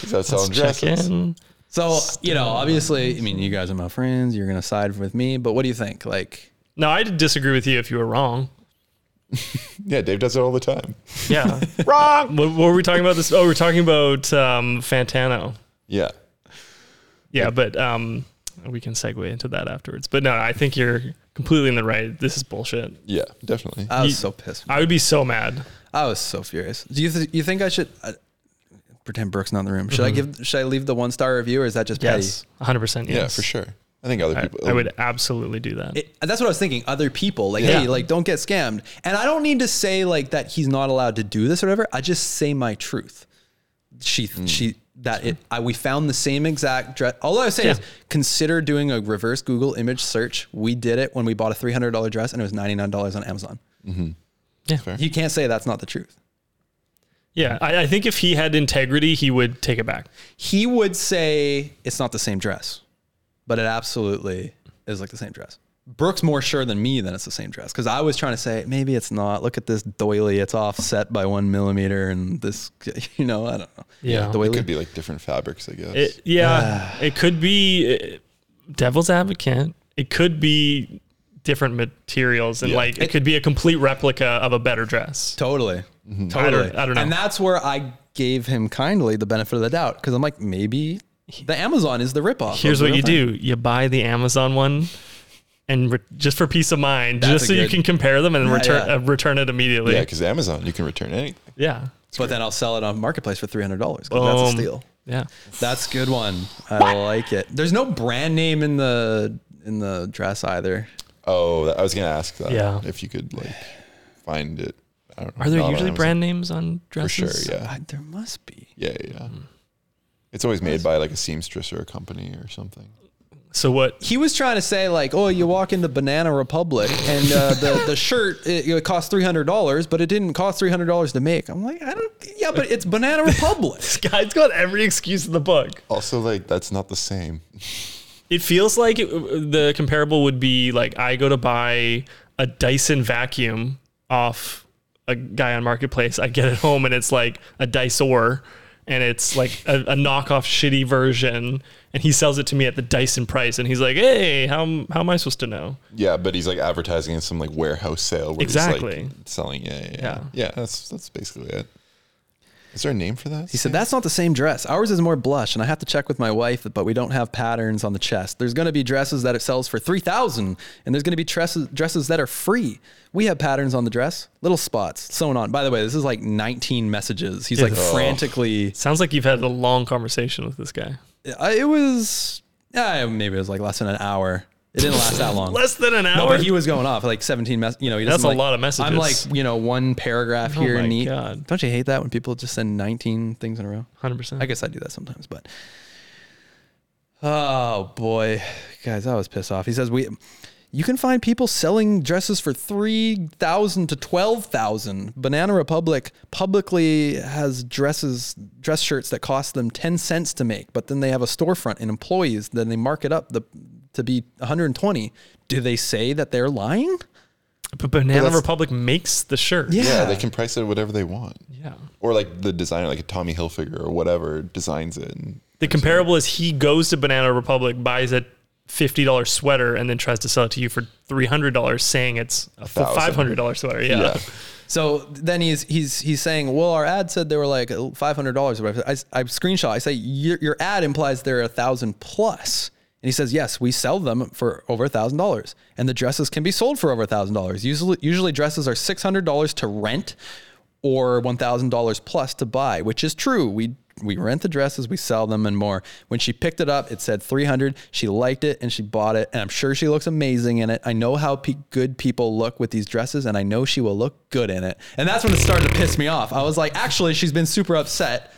Speaker 5: He's out selling dresses.
Speaker 2: So you know, obviously, I mean, you guys are my friends. You're gonna side with me, but what do you think? Like,
Speaker 3: no, I disagree with you if you were wrong.
Speaker 5: Yeah, Dave does it all the time.
Speaker 3: <laughs> Yeah. Wrong. What, what were we talking about? This? Oh, we are talking about um, Fantano.
Speaker 5: Yeah.
Speaker 3: Yeah, but um, we can segue into that afterwards. But no, I think you're completely in the right. This is bullshit.
Speaker 5: Yeah, definitely.
Speaker 2: I was
Speaker 3: You-
Speaker 2: so pissed.
Speaker 3: I would be so mad.
Speaker 2: I was so furious. Do you th- you think I should uh, pretend Brooke's not in the room? Should I
Speaker 3: Mhm.
Speaker 2: give? Should I leave the one star review, or is that just
Speaker 3: Yes,
Speaker 2: petty?
Speaker 3: 100%. Yes.
Speaker 2: Yeah, for sure.
Speaker 5: I think other
Speaker 3: I-
Speaker 5: people.
Speaker 3: I, would absolutely do that.
Speaker 2: It, that's what I was thinking. Other people, like,
Speaker 3: Yeah.
Speaker 2: hey, like, don't get scammed. And I don't need to say like that he's not allowed to do this or whatever. I just say my truth. She
Speaker 3: Mm.
Speaker 2: she that it I we found the same exact dress. All I was saying is consider doing a reverse Google image search. We did it when we bought a three hundred dollar dress and it was ninety nine dollars on Amazon.
Speaker 5: Mm-hmm.
Speaker 3: Yeah.
Speaker 2: You can't say that's not the truth.
Speaker 3: Yeah, I, I think if he had integrity, he would take it back.
Speaker 2: He would say it's not the same dress, but it absolutely is like the same dress. Brooks more sure than me that it's the same dress because I was trying to say maybe it's not. Look at this doily; it's offset by one millimeter, and this, <laughs> you know, I don't know.
Speaker 5: It
Speaker 2: doily.
Speaker 5: could be like different fabrics, I guess.
Speaker 3: It,
Speaker 5: Ah.
Speaker 3: yeah, it could be uh, devil's advocate. It could be different materials, and
Speaker 2: Yeah.
Speaker 3: like it,
Speaker 2: It-
Speaker 3: could be a complete replica of a better dress.
Speaker 2: Totally,
Speaker 3: I
Speaker 2: totally.
Speaker 3: don't, Mm-hmm. I don't know.
Speaker 2: And that's where I gave him kindly the benefit of the doubt because I'm like maybe the Amazon is the ripoff. of
Speaker 3: Here's
Speaker 2: the
Speaker 3: what
Speaker 2: real
Speaker 3: you
Speaker 2: thing.
Speaker 3: do: you buy the Amazon one, and re- just for peace of mind,
Speaker 2: That's
Speaker 3: just
Speaker 2: a
Speaker 3: so you
Speaker 2: good-
Speaker 3: can compare them and
Speaker 2: Yeah,
Speaker 3: return
Speaker 2: yeah.
Speaker 3: Uh, return it immediately.
Speaker 5: yeah, because Amazon, you can return anything.
Speaker 3: Yeah.
Speaker 2: But then I'll sell it on marketplace for three hundred dollars because that's a
Speaker 3: Boom.
Speaker 2: steal.
Speaker 3: Yeah.
Speaker 2: That's a good one. I like it. There's no brand name in the in the dress either.
Speaker 5: Oh, that- I was gonna ask that.
Speaker 2: Yeah.
Speaker 5: If you could like find it. I don't know,
Speaker 3: Are there
Speaker 5: not on
Speaker 3: usually
Speaker 5: Amazon.
Speaker 3: brand names on
Speaker 5: For
Speaker 3: dresses? Hmm.
Speaker 5: sure, yeah.
Speaker 2: there must be.
Speaker 5: Yeah, yeah. yeah. It's always made by like a seamstress or a company or something.
Speaker 3: So what? <laughs>
Speaker 2: He was trying to say like, oh, you walk into Banana Republic and uh, the the shirt it, it cost three hundred dollars, but it didn't cost three hundred dollars to make. I'm like, I don't. Yeah, but it's Banana Republic.
Speaker 3: this guy's got every excuse in the book.
Speaker 5: Also, like that's not the same.
Speaker 3: It feels like it, the comparable would be like I go to buy a Dyson vacuum off a guy on marketplace. I get it home and it's like a Dysor, and it's like a, a knockoff shitty version. And he sells it to me at the Dyson price, and he's like, "Hey, how how am I supposed to know?"
Speaker 5: <laughs> Yeah, but he's like advertising in some like warehouse sale. Where
Speaker 3: Exactly.
Speaker 5: He's, like, selling. Yeah, yeah, yeah,
Speaker 2: Yeah.
Speaker 5: yeah. that's that's basically it. Is there a name for that?
Speaker 2: He said, that's not the same dress. Ours is more blush, and I have to check with my wife, but we don't have patterns on the chest. There's going to be dresses that it sells for 3000 and there's going to be dresses, dresses that are free. We have patterns on the dress, little spots sewn on. By the way, this is like 19 messages. He's like
Speaker 3: Oh.
Speaker 2: frantically.
Speaker 3: Sounds like you've had a long conversation with this guy.
Speaker 2: I- It was, uh, maybe it was like less than an hour. It didn't last that long.
Speaker 3: <laughs> Less than an
Speaker 2: No,
Speaker 3: hour.
Speaker 2: but he was going off like 17 mess. You know, he
Speaker 3: That's
Speaker 2: doesn't,
Speaker 3: a
Speaker 2: like-
Speaker 3: lot of messages.
Speaker 2: I'm like, you know, one paragraph
Speaker 3: Oh
Speaker 2: here
Speaker 3: my
Speaker 2: and neat. Don't you hate that when people just send 19 things in a row?
Speaker 3: 100%.
Speaker 2: I guess I do that sometimes, but oh boy, guys, I was pissed off. He says we you can find people selling dresses for 3,000 to 12,000. Banana Republic publicly has dresses dress shirts that cost them 10 cents to make, but then they have a storefront and employees, then they mark it up the to be 120. Do they say that they're lying?
Speaker 3: But Banana
Speaker 5: that's-
Speaker 3: Republic makes the shirt.
Speaker 5: Yeah. they can price it whatever they want.
Speaker 3: Yeah.
Speaker 5: Or like the designer, like a Tommy Hilfiger or whatever, designs it. And
Speaker 3: The comparable is he goes to Banana Republic, buys a fifty dollar sweater, and then tries to sell it to you for three hundred dollars, saying it's a
Speaker 2: thousand.
Speaker 3: five hundred dollar sweater. Yeah.
Speaker 2: Yeah. So then he's he's he's saying, well, our ad said they were like five hundred dollars. I, I screenshot. I say your, your ad implies they're a thousand plus. And he says, yes, we sell them for over a thousand dollars, and the dresses can be sold for over a thousand dollars. Usually, usually dresses are six hundred dollars to rent, or one thousand dollars plus to buy, which is true. We we rent the dresses, we sell them, and more. When she picked it up, it said three hundred. She liked it and she bought it, and I'm sure she looks amazing in it. I know how pe- good people look with these dresses, and I know she will look good in it. And that's when it started to piss me off. I was like, actually, she's been super upset.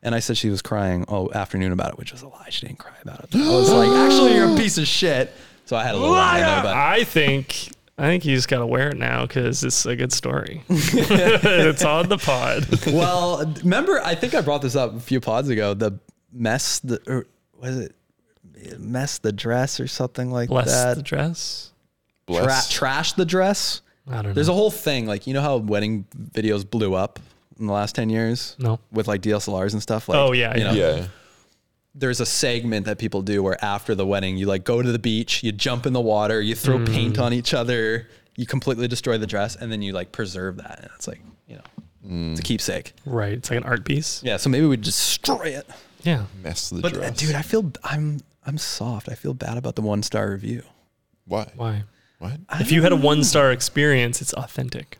Speaker 2: And I said she was crying all afternoon about it, which was a lie. She didn't cry about it. I was like, actually, you're a piece of shit. So I had a little lie there, but
Speaker 3: I think I think you just gotta wear it now because it's a good story. <laughs> it's on the pod.
Speaker 2: <laughs> well, remember, I think I brought this up a few pods ago. The mess, the or was it mess the dress or something like
Speaker 3: Bless
Speaker 2: that?
Speaker 3: the dress. Mm-hmm.
Speaker 2: Tra- trash the dress.
Speaker 3: I don't know.
Speaker 2: There's a whole thing like you know how wedding videos blew up in the last ten years.
Speaker 3: No,
Speaker 2: with like DSLRs and stuff. Like,
Speaker 3: Oh, yeah,
Speaker 2: you know,
Speaker 3: yeah. Yeah.
Speaker 2: There's a segment that people do where after the wedding, you like go to the beach, you jump in the water, you throw
Speaker 3: Mm.
Speaker 2: paint on each other, you completely destroy the dress, and then you like preserve that. And it's like you know, it's a keepsake.
Speaker 3: Right. It's like an art piece.
Speaker 2: Yeah. So maybe we destroy it.
Speaker 3: Yeah.
Speaker 5: Mess the
Speaker 2: but uh,
Speaker 5: dress.
Speaker 2: dude, I feel I'm I'm soft. I feel bad about the one star review.
Speaker 5: Why?
Speaker 3: Why?
Speaker 5: What?
Speaker 3: If you had a one star experience, it's authentic.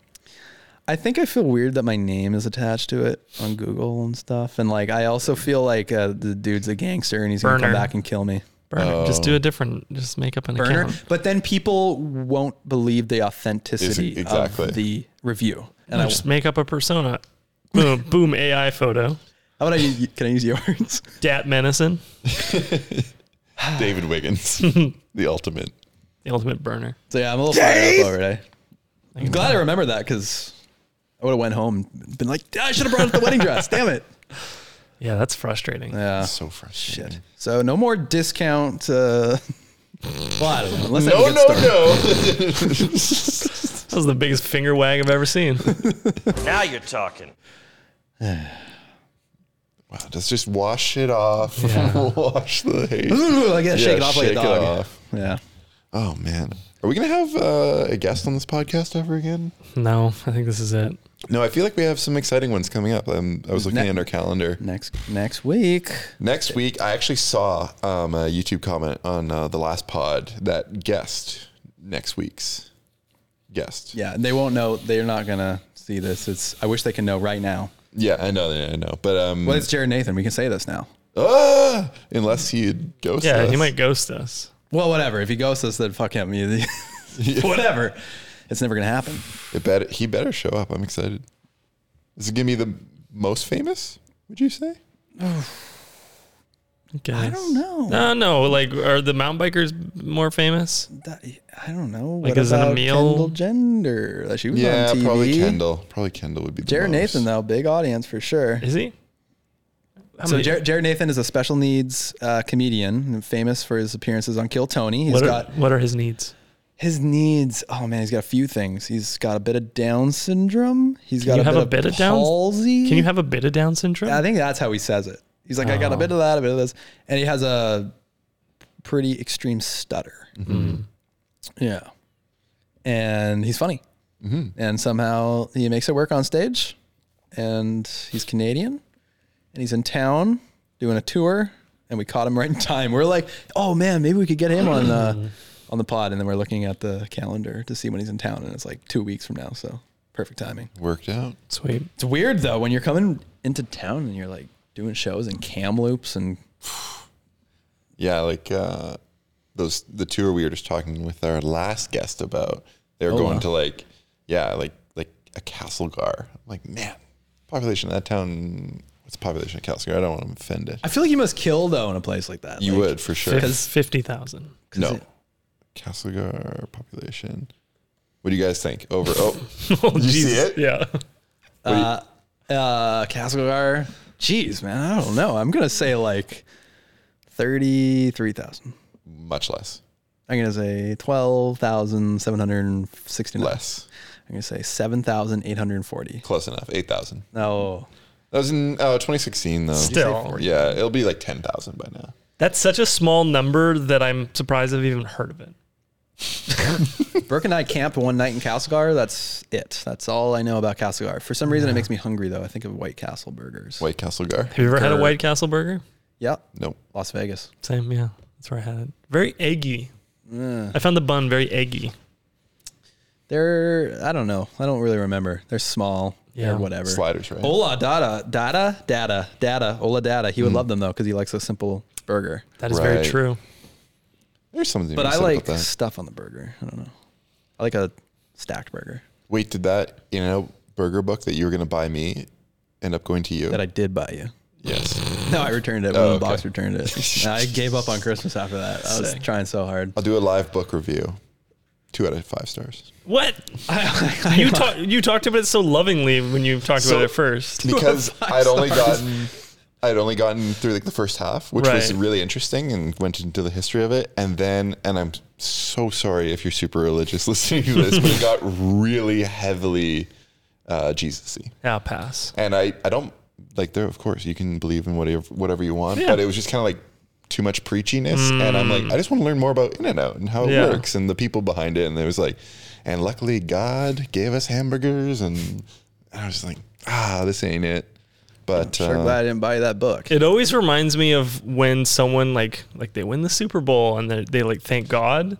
Speaker 2: I think I feel weird that my name is attached to it on Google and stuff, and like I also feel like uh, the dude's a gangster and he's gonna come
Speaker 3: Burner.
Speaker 2: back and kill me.
Speaker 3: Burner. Just do a different. Just make up an
Speaker 2: burner.
Speaker 3: account.
Speaker 2: But then people won't believe the authenticity
Speaker 3: Is- exactly.
Speaker 2: of the review.
Speaker 3: And
Speaker 2: And I
Speaker 3: just make up a persona. Boom, boom, AI photo.
Speaker 2: How about I? u- Can I use yours? <laughs>
Speaker 3: Dat Menison,
Speaker 2: <sighs>
Speaker 5: David Wiggins, <laughs> the ultimate.
Speaker 3: the ultimate burner.
Speaker 2: So yeah, I'm a little
Speaker 3: Dave!
Speaker 2: fired up over it. I, am glad I remember that because I would have went home and been like, "Ah, I should have brought up the wedding dress. Damn it.
Speaker 3: Yeah, that's frustrating.
Speaker 2: Yeah,
Speaker 5: so frustrating.
Speaker 2: Shit. So no more discount. Uh, <laughs> well, I don't know. Unless I
Speaker 5: No,
Speaker 2: can get
Speaker 5: no,
Speaker 2: <laughs> started.
Speaker 3: That was the biggest finger wag I've ever
Speaker 2: <laughs>
Speaker 3: seen.
Speaker 4: Now you're talking.
Speaker 5: Wow, just just wash it off. <laughs> wash the hate.
Speaker 2: Ooh, I gotta shake it off like a
Speaker 5: shake it
Speaker 2: dog.
Speaker 5: off.
Speaker 2: Yeah.
Speaker 5: Oh man, are we gonna have uh, a guest on this podcast ever again?
Speaker 3: No, I think this is it.
Speaker 5: No, I feel like we have some exciting ones coming up. Um, I was looking
Speaker 2: Ne-
Speaker 5: at our calendar.
Speaker 2: Next next week.
Speaker 5: Next week, I actually saw um, a YouTube comment on uh, the last pod that guessed next week's guest.
Speaker 2: Yeah, and they won't know. They're not gonna see this. It's. I wish they can know right now.
Speaker 5: Yeah, I know, I know, but um,
Speaker 2: Well, it's Jared Nathan. We can say this now.
Speaker 5: ah, unless he ghosts.
Speaker 3: yeah,
Speaker 5: us.
Speaker 3: he might ghost us.
Speaker 2: Well, whatever. If he ghosts us, then fuck him. <laughs> You- <laughs> whatever. It's never gonna happen.
Speaker 5: It better, he better show up. I'm excited. Is it gonna be the most famous? Would you say?
Speaker 3: I
Speaker 2: don't know.
Speaker 3: No, no. Like, are the mountain bikers more famous?
Speaker 2: I don't know.
Speaker 3: Like, is it a meal?
Speaker 2: Kendall Gender? That she was
Speaker 5: yeah,
Speaker 2: on TV.
Speaker 5: probably Kendall. Probably Kendall would be. The
Speaker 2: Jared
Speaker 5: most.
Speaker 2: Nathan though, big audience for sure.
Speaker 3: Is he? How
Speaker 2: So
Speaker 3: many-
Speaker 2: Jared, Jared Nathan is a special needs uh, comedian, and famous for his appearances on Kill Tony. He's
Speaker 3: what,
Speaker 2: got
Speaker 3: are, what are his needs?
Speaker 2: his needs. Oh man, he's got a few things. He's got a bit of Down syndrome. He's
Speaker 3: Can
Speaker 2: got
Speaker 3: you
Speaker 2: a
Speaker 3: have
Speaker 2: bit
Speaker 3: a bit of Down-
Speaker 2: palsy.
Speaker 3: Can you have a bit of Down syndrome?
Speaker 2: I think that's how he says it. He's like, I got a bit of that, a bit of this, and he has a pretty extreme stutter. Yeah, and he's funny, and somehow he makes it work on stage. And he's Canadian, and he's in town doing a tour, and we caught him right in time. We're like, oh man, maybe we could get him on uh, on the pod, and then we're looking at the calendar to see when he's in town, and it's like two weeks from now, so perfect timing.
Speaker 5: Worked out.
Speaker 3: Sweet.
Speaker 2: It's weird though when you're coming into town and you're like doing shows in Kamloops and
Speaker 5: Yeah, like uh, those the tour we were just talking with our last guest about. They were
Speaker 2: Oh,
Speaker 5: going
Speaker 2: wow.
Speaker 5: to like yeah, like like a Castlegar. I'm like, man, population of that town. What's the population of Castlegar? I don't want to offend it.
Speaker 2: I feel like you must kill though in a place like that.
Speaker 5: You
Speaker 2: Like,
Speaker 5: would for sure.
Speaker 3: Fif- 50,000.
Speaker 5: No, Castlegar population. What do you guys think? Over
Speaker 2: <laughs>
Speaker 5: oh,
Speaker 3: <laughs> oh
Speaker 5: Did you see
Speaker 3: Jesus.
Speaker 5: it?
Speaker 3: Yeah.
Speaker 2: Uh, uh, Castlegar. Jeez, man, I don't know. I'm gonna say like thirty-three thousand.
Speaker 5: Much less.
Speaker 2: I'm gonna say twelve thousand seven hundred sixty-nine.
Speaker 5: Less.
Speaker 2: I'm gonna say seven thousand eight hundred forty.
Speaker 5: Close enough. Eight thousand.
Speaker 2: No.
Speaker 5: That was in uh, 2016 though.
Speaker 3: Still. Did you say
Speaker 5: yeah, it'll be like 10,000 by now.
Speaker 3: That's such a small number that I'm surprised I've even heard of it.
Speaker 2: Burke and I camped one night in Castlegar. That's it. That's all I know about Castlegar. For some reason, it makes me hungry though. I think of White Castle burgers.
Speaker 5: White Castlegar.
Speaker 3: Have you ever had a White Castle burger?
Speaker 2: Yep.
Speaker 5: Nope.
Speaker 2: Las Vegas.
Speaker 3: Same, yeah. That's where I had it. Very eggy.
Speaker 2: Yeah.
Speaker 3: I found the bun very eggy.
Speaker 2: They're I don't know. I don't really remember. They're small.
Speaker 3: Yeah.
Speaker 2: They're whatever.
Speaker 5: Sliders, right?
Speaker 2: Ola Dada Dada Dada Dada Ola Dada.
Speaker 5: Hmm.
Speaker 2: He would love them though because he likes a simple burger.
Speaker 3: That is very true.
Speaker 5: There's something. to
Speaker 2: But
Speaker 5: be
Speaker 2: I
Speaker 5: said
Speaker 2: like
Speaker 5: about that.
Speaker 2: stuff on the burger. I don't know. I like a stacked burger.
Speaker 5: Wait, did that in a burger book that you were going to buy me end up going to you? That
Speaker 2: I did buy you. <laughs>
Speaker 5: Yes.
Speaker 2: No, I returned it.
Speaker 5: Oh,
Speaker 2: One of the
Speaker 5: okay.
Speaker 2: box returned
Speaker 5: <laughs>
Speaker 2: it. I gave up on Christmas after that. I was
Speaker 5: Sick.
Speaker 2: trying so hard.
Speaker 5: I'll do a live book review. Two out of
Speaker 3: <laughs>
Speaker 5: five stars. <laughs>
Speaker 3: What? you, talk, you talked about it so lovingly when you talked
Speaker 5: So-
Speaker 3: about it first.
Speaker 5: Because
Speaker 3: Five
Speaker 5: I'd only
Speaker 3: stars.
Speaker 5: gotten I'd only gotten through like the first half, which was
Speaker 3: Right.
Speaker 5: really interesting and went into the history of it. And then and I'm so sorry if you're super religious <laughs> listening to this, but it got really heavily uh Jesus-y.
Speaker 3: Yeah, pass.
Speaker 5: And I, I don't like there. Of course, you can believe in whatever whatever you want,
Speaker 3: Yeah.
Speaker 5: but it was just kind of like too much preachiness. And I'm like,
Speaker 3: Mm.
Speaker 5: I just want to learn more about In and Out and how it
Speaker 3: Yeah.
Speaker 5: works and the people behind it. And it was like, and luckily God gave us hamburgers, and I was like, ah, this ain't it. But
Speaker 2: Sure
Speaker 5: uh,
Speaker 2: glad I didn't buy that book.
Speaker 3: It always reminds me of when someone like like they win the Super Bowl and they they like thank God,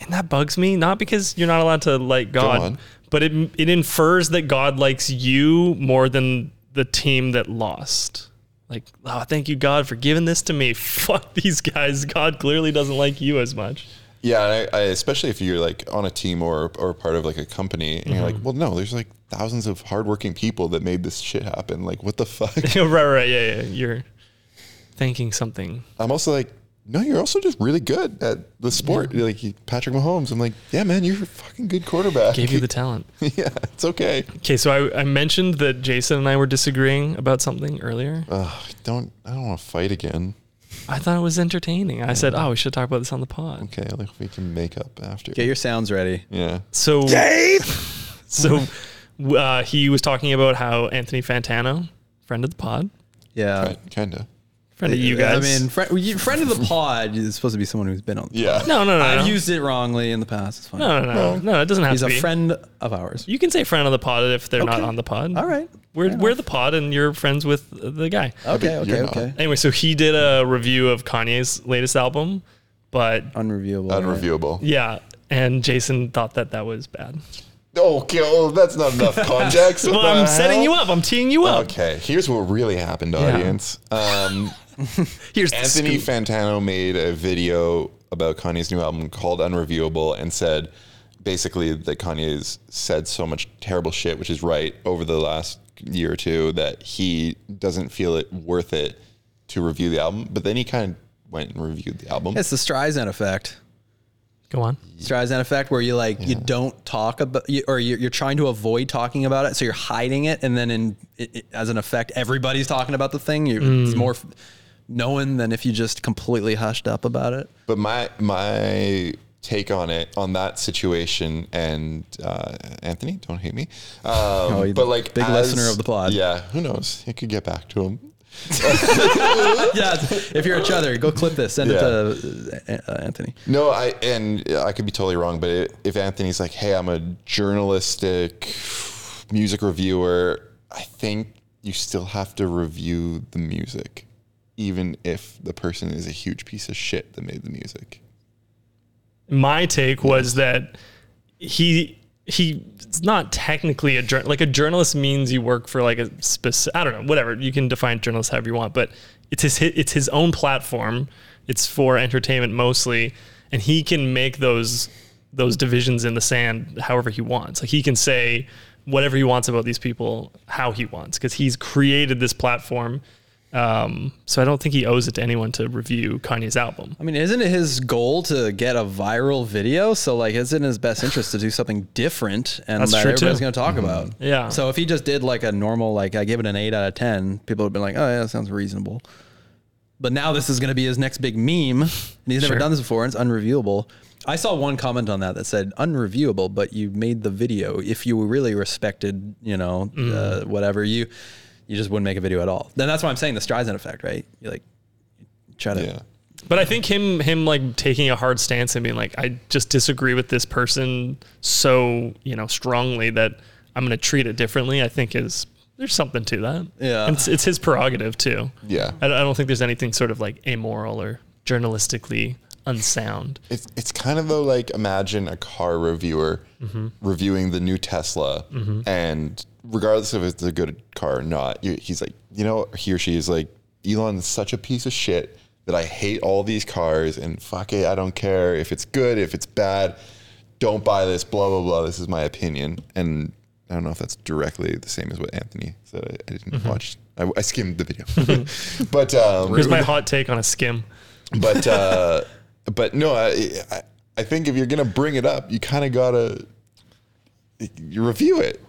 Speaker 3: and that bugs me. Not because you're not allowed to like God,
Speaker 5: on.
Speaker 3: but it it infers that God likes you more than the team that lost. Like, oh, thank you God for giving this to me. <laughs> Fuck these guys. God clearly doesn't like you as much. <laughs>
Speaker 5: Yeah, and I, I, especially if you're like on a team or or part of like a company, and
Speaker 3: Mm-hmm.
Speaker 5: you're like, well, no, there's like thousands of hardworking people that made this shit happen. Like, what the <laughs> fuck?
Speaker 3: right, right, yeah, yeah. You're thanking something.
Speaker 5: I'm also like, no, you're also just really good at the sport. You're Like you- Patrick Mahomes, I'm like, yeah, man, you're a fucking good quarterback.
Speaker 3: Gave
Speaker 5: <laughs>
Speaker 3: you the talent.
Speaker 5: yeah, it's okay.
Speaker 3: Okay, so I, I mentioned that Jason and I were disagreeing about something earlier.
Speaker 5: Ugh, don't I don't want to fight again.
Speaker 3: I thought it was entertaining. I said, "Oh, we should talk about this on the pod."
Speaker 5: Okay, like we can make up after.
Speaker 2: Get your sounds ready.
Speaker 5: Yeah.
Speaker 3: So, <laughs> so uh, he was talking about how Anthony Fantano, friend of the pod,
Speaker 2: Yeah.
Speaker 5: Kinda.
Speaker 3: friend of you
Speaker 2: I
Speaker 3: guys.
Speaker 2: mean, friend, you- friend of the pod is supposed to be someone who's been on. The
Speaker 5: Yeah.
Speaker 2: pod.
Speaker 3: No, no, no,
Speaker 2: I've
Speaker 3: no.
Speaker 2: used it wrongly in the past. It's fine.
Speaker 3: no, no, no, no. It doesn't have
Speaker 2: He's
Speaker 3: to
Speaker 2: a
Speaker 3: be.
Speaker 2: friend of ours.
Speaker 3: You can say friend of the pod if they're not
Speaker 2: Okay.
Speaker 3: on the pod.
Speaker 2: All right.
Speaker 3: We're, we're the pod and you're friends with the guy.
Speaker 2: Okay, okay, okay.
Speaker 3: Anyway, so he did a review of Kanye's latest album, but
Speaker 2: Unreviewable.
Speaker 5: Unreviewable.
Speaker 3: yeah, and Jason thought that that was bad.
Speaker 5: Oh, okay, well, that's
Speaker 3: <laughs>
Speaker 5: not enough context. What
Speaker 3: well,
Speaker 5: the
Speaker 3: I'm setting
Speaker 5: hell?
Speaker 3: you up. I'm teeing you up.
Speaker 5: Okay, here's what really happened,
Speaker 3: Yeah.
Speaker 5: audience. Um,
Speaker 3: here's
Speaker 5: Anthony Fantano made a video about Kanye's new album called Unreviewable and said basically that Kanye's said so much terrible shit, which is right, over the last year or two that he doesn't feel it worth it to review the album, but then he kind of went and reviewed the album.
Speaker 2: It's the Streisand effect.
Speaker 3: Go on.
Speaker 2: Streisand effect, where you like you don't talk about, you, or you're, you're trying to avoid talking about it, so you're hiding it, and then in it, it- as an effect, everybody's talking about the thing. You're, It's
Speaker 5: Mm.
Speaker 2: more f- knowing than if you just completely hushed up about it.
Speaker 5: But my my take on it on that situation and uh, Anthony, don't hate me. Um,
Speaker 2: Oh, you
Speaker 5: but like
Speaker 2: big listener of the pod.
Speaker 5: Yeah, who knows? It could get back to him.
Speaker 2: <laughs> yeah, if you're a chother, go clip this. Send it to uh, uh, Anthony.
Speaker 5: No, I and I could be totally wrong, but it, if Anthony's like, "Hey, I'm a journalistic music reviewer," I think you still have to review the music, even if the person is a huge piece of shit that made the music.
Speaker 3: my take was that he he's not technically a journalist. Like a journalist means you work for like a specific. I don't know, whatever. You can define journalist however you want, but it's his it's his own platform. It's for entertainment mostly, and he can make those those divisions in the sand however he wants. Like he can say whatever he wants about these people how he wants because he's created this platform. Um, so I don't think he owes it to anyone to review Kanye's album.
Speaker 2: I mean, isn't it his goal to get a viral video? So, like, is it in his best interest to do something different and
Speaker 3: That's
Speaker 2: that
Speaker 3: true,
Speaker 2: everybody's
Speaker 3: too.
Speaker 2: going to talk
Speaker 3: Mhm.
Speaker 2: about?
Speaker 3: Yeah.
Speaker 2: So, if he just did like a normal, like, I give it an eight out of 10, people would have been like, oh, yeah, that sounds reasonable. But now this is going to be his next big meme. And he's never
Speaker 3: Sure.
Speaker 2: done this before. And it's unreviewable. I saw one comment on that that said, unreviewable, but you made the video. If you really respected, you know,
Speaker 3: Mm.
Speaker 2: uh, whatever, you you just wouldn't make a video at all. Then that's why I'm saying the Streisand effect, right? You like try to.
Speaker 3: But I think him him like taking a hard stance and being like, I just disagree with this person so you know strongly that I'm going to treat it differently. I think is there's something to that.
Speaker 2: Yeah.
Speaker 3: And it's, it's his prerogative too.
Speaker 5: Yeah.
Speaker 3: I, I don't think there's anything sort of like amoral or journalistically unsound.
Speaker 5: It's it's kind of though like imagine a car reviewer
Speaker 3: Mhm.
Speaker 5: reviewing the new Tesla,
Speaker 3: Mhm.
Speaker 5: and regardless if it's a good car or not, you- he's like, you know, he or she is like, Elon's such a piece of shit that I hate all these cars, and fuck it, I don't care if it's good, if it's bad, don't buy this, blah blah blah. This is my opinion, and I don't know if that's directly the same as what Anthony said. I, I didn't
Speaker 3: Mhm.
Speaker 5: watch. I, I skimmed the video, <laughs> but um,
Speaker 3: Here's my hot take on a skim.
Speaker 5: but uh, <laughs> but no, I, I I think if you're gonna bring it up, you kind of gotta you review it.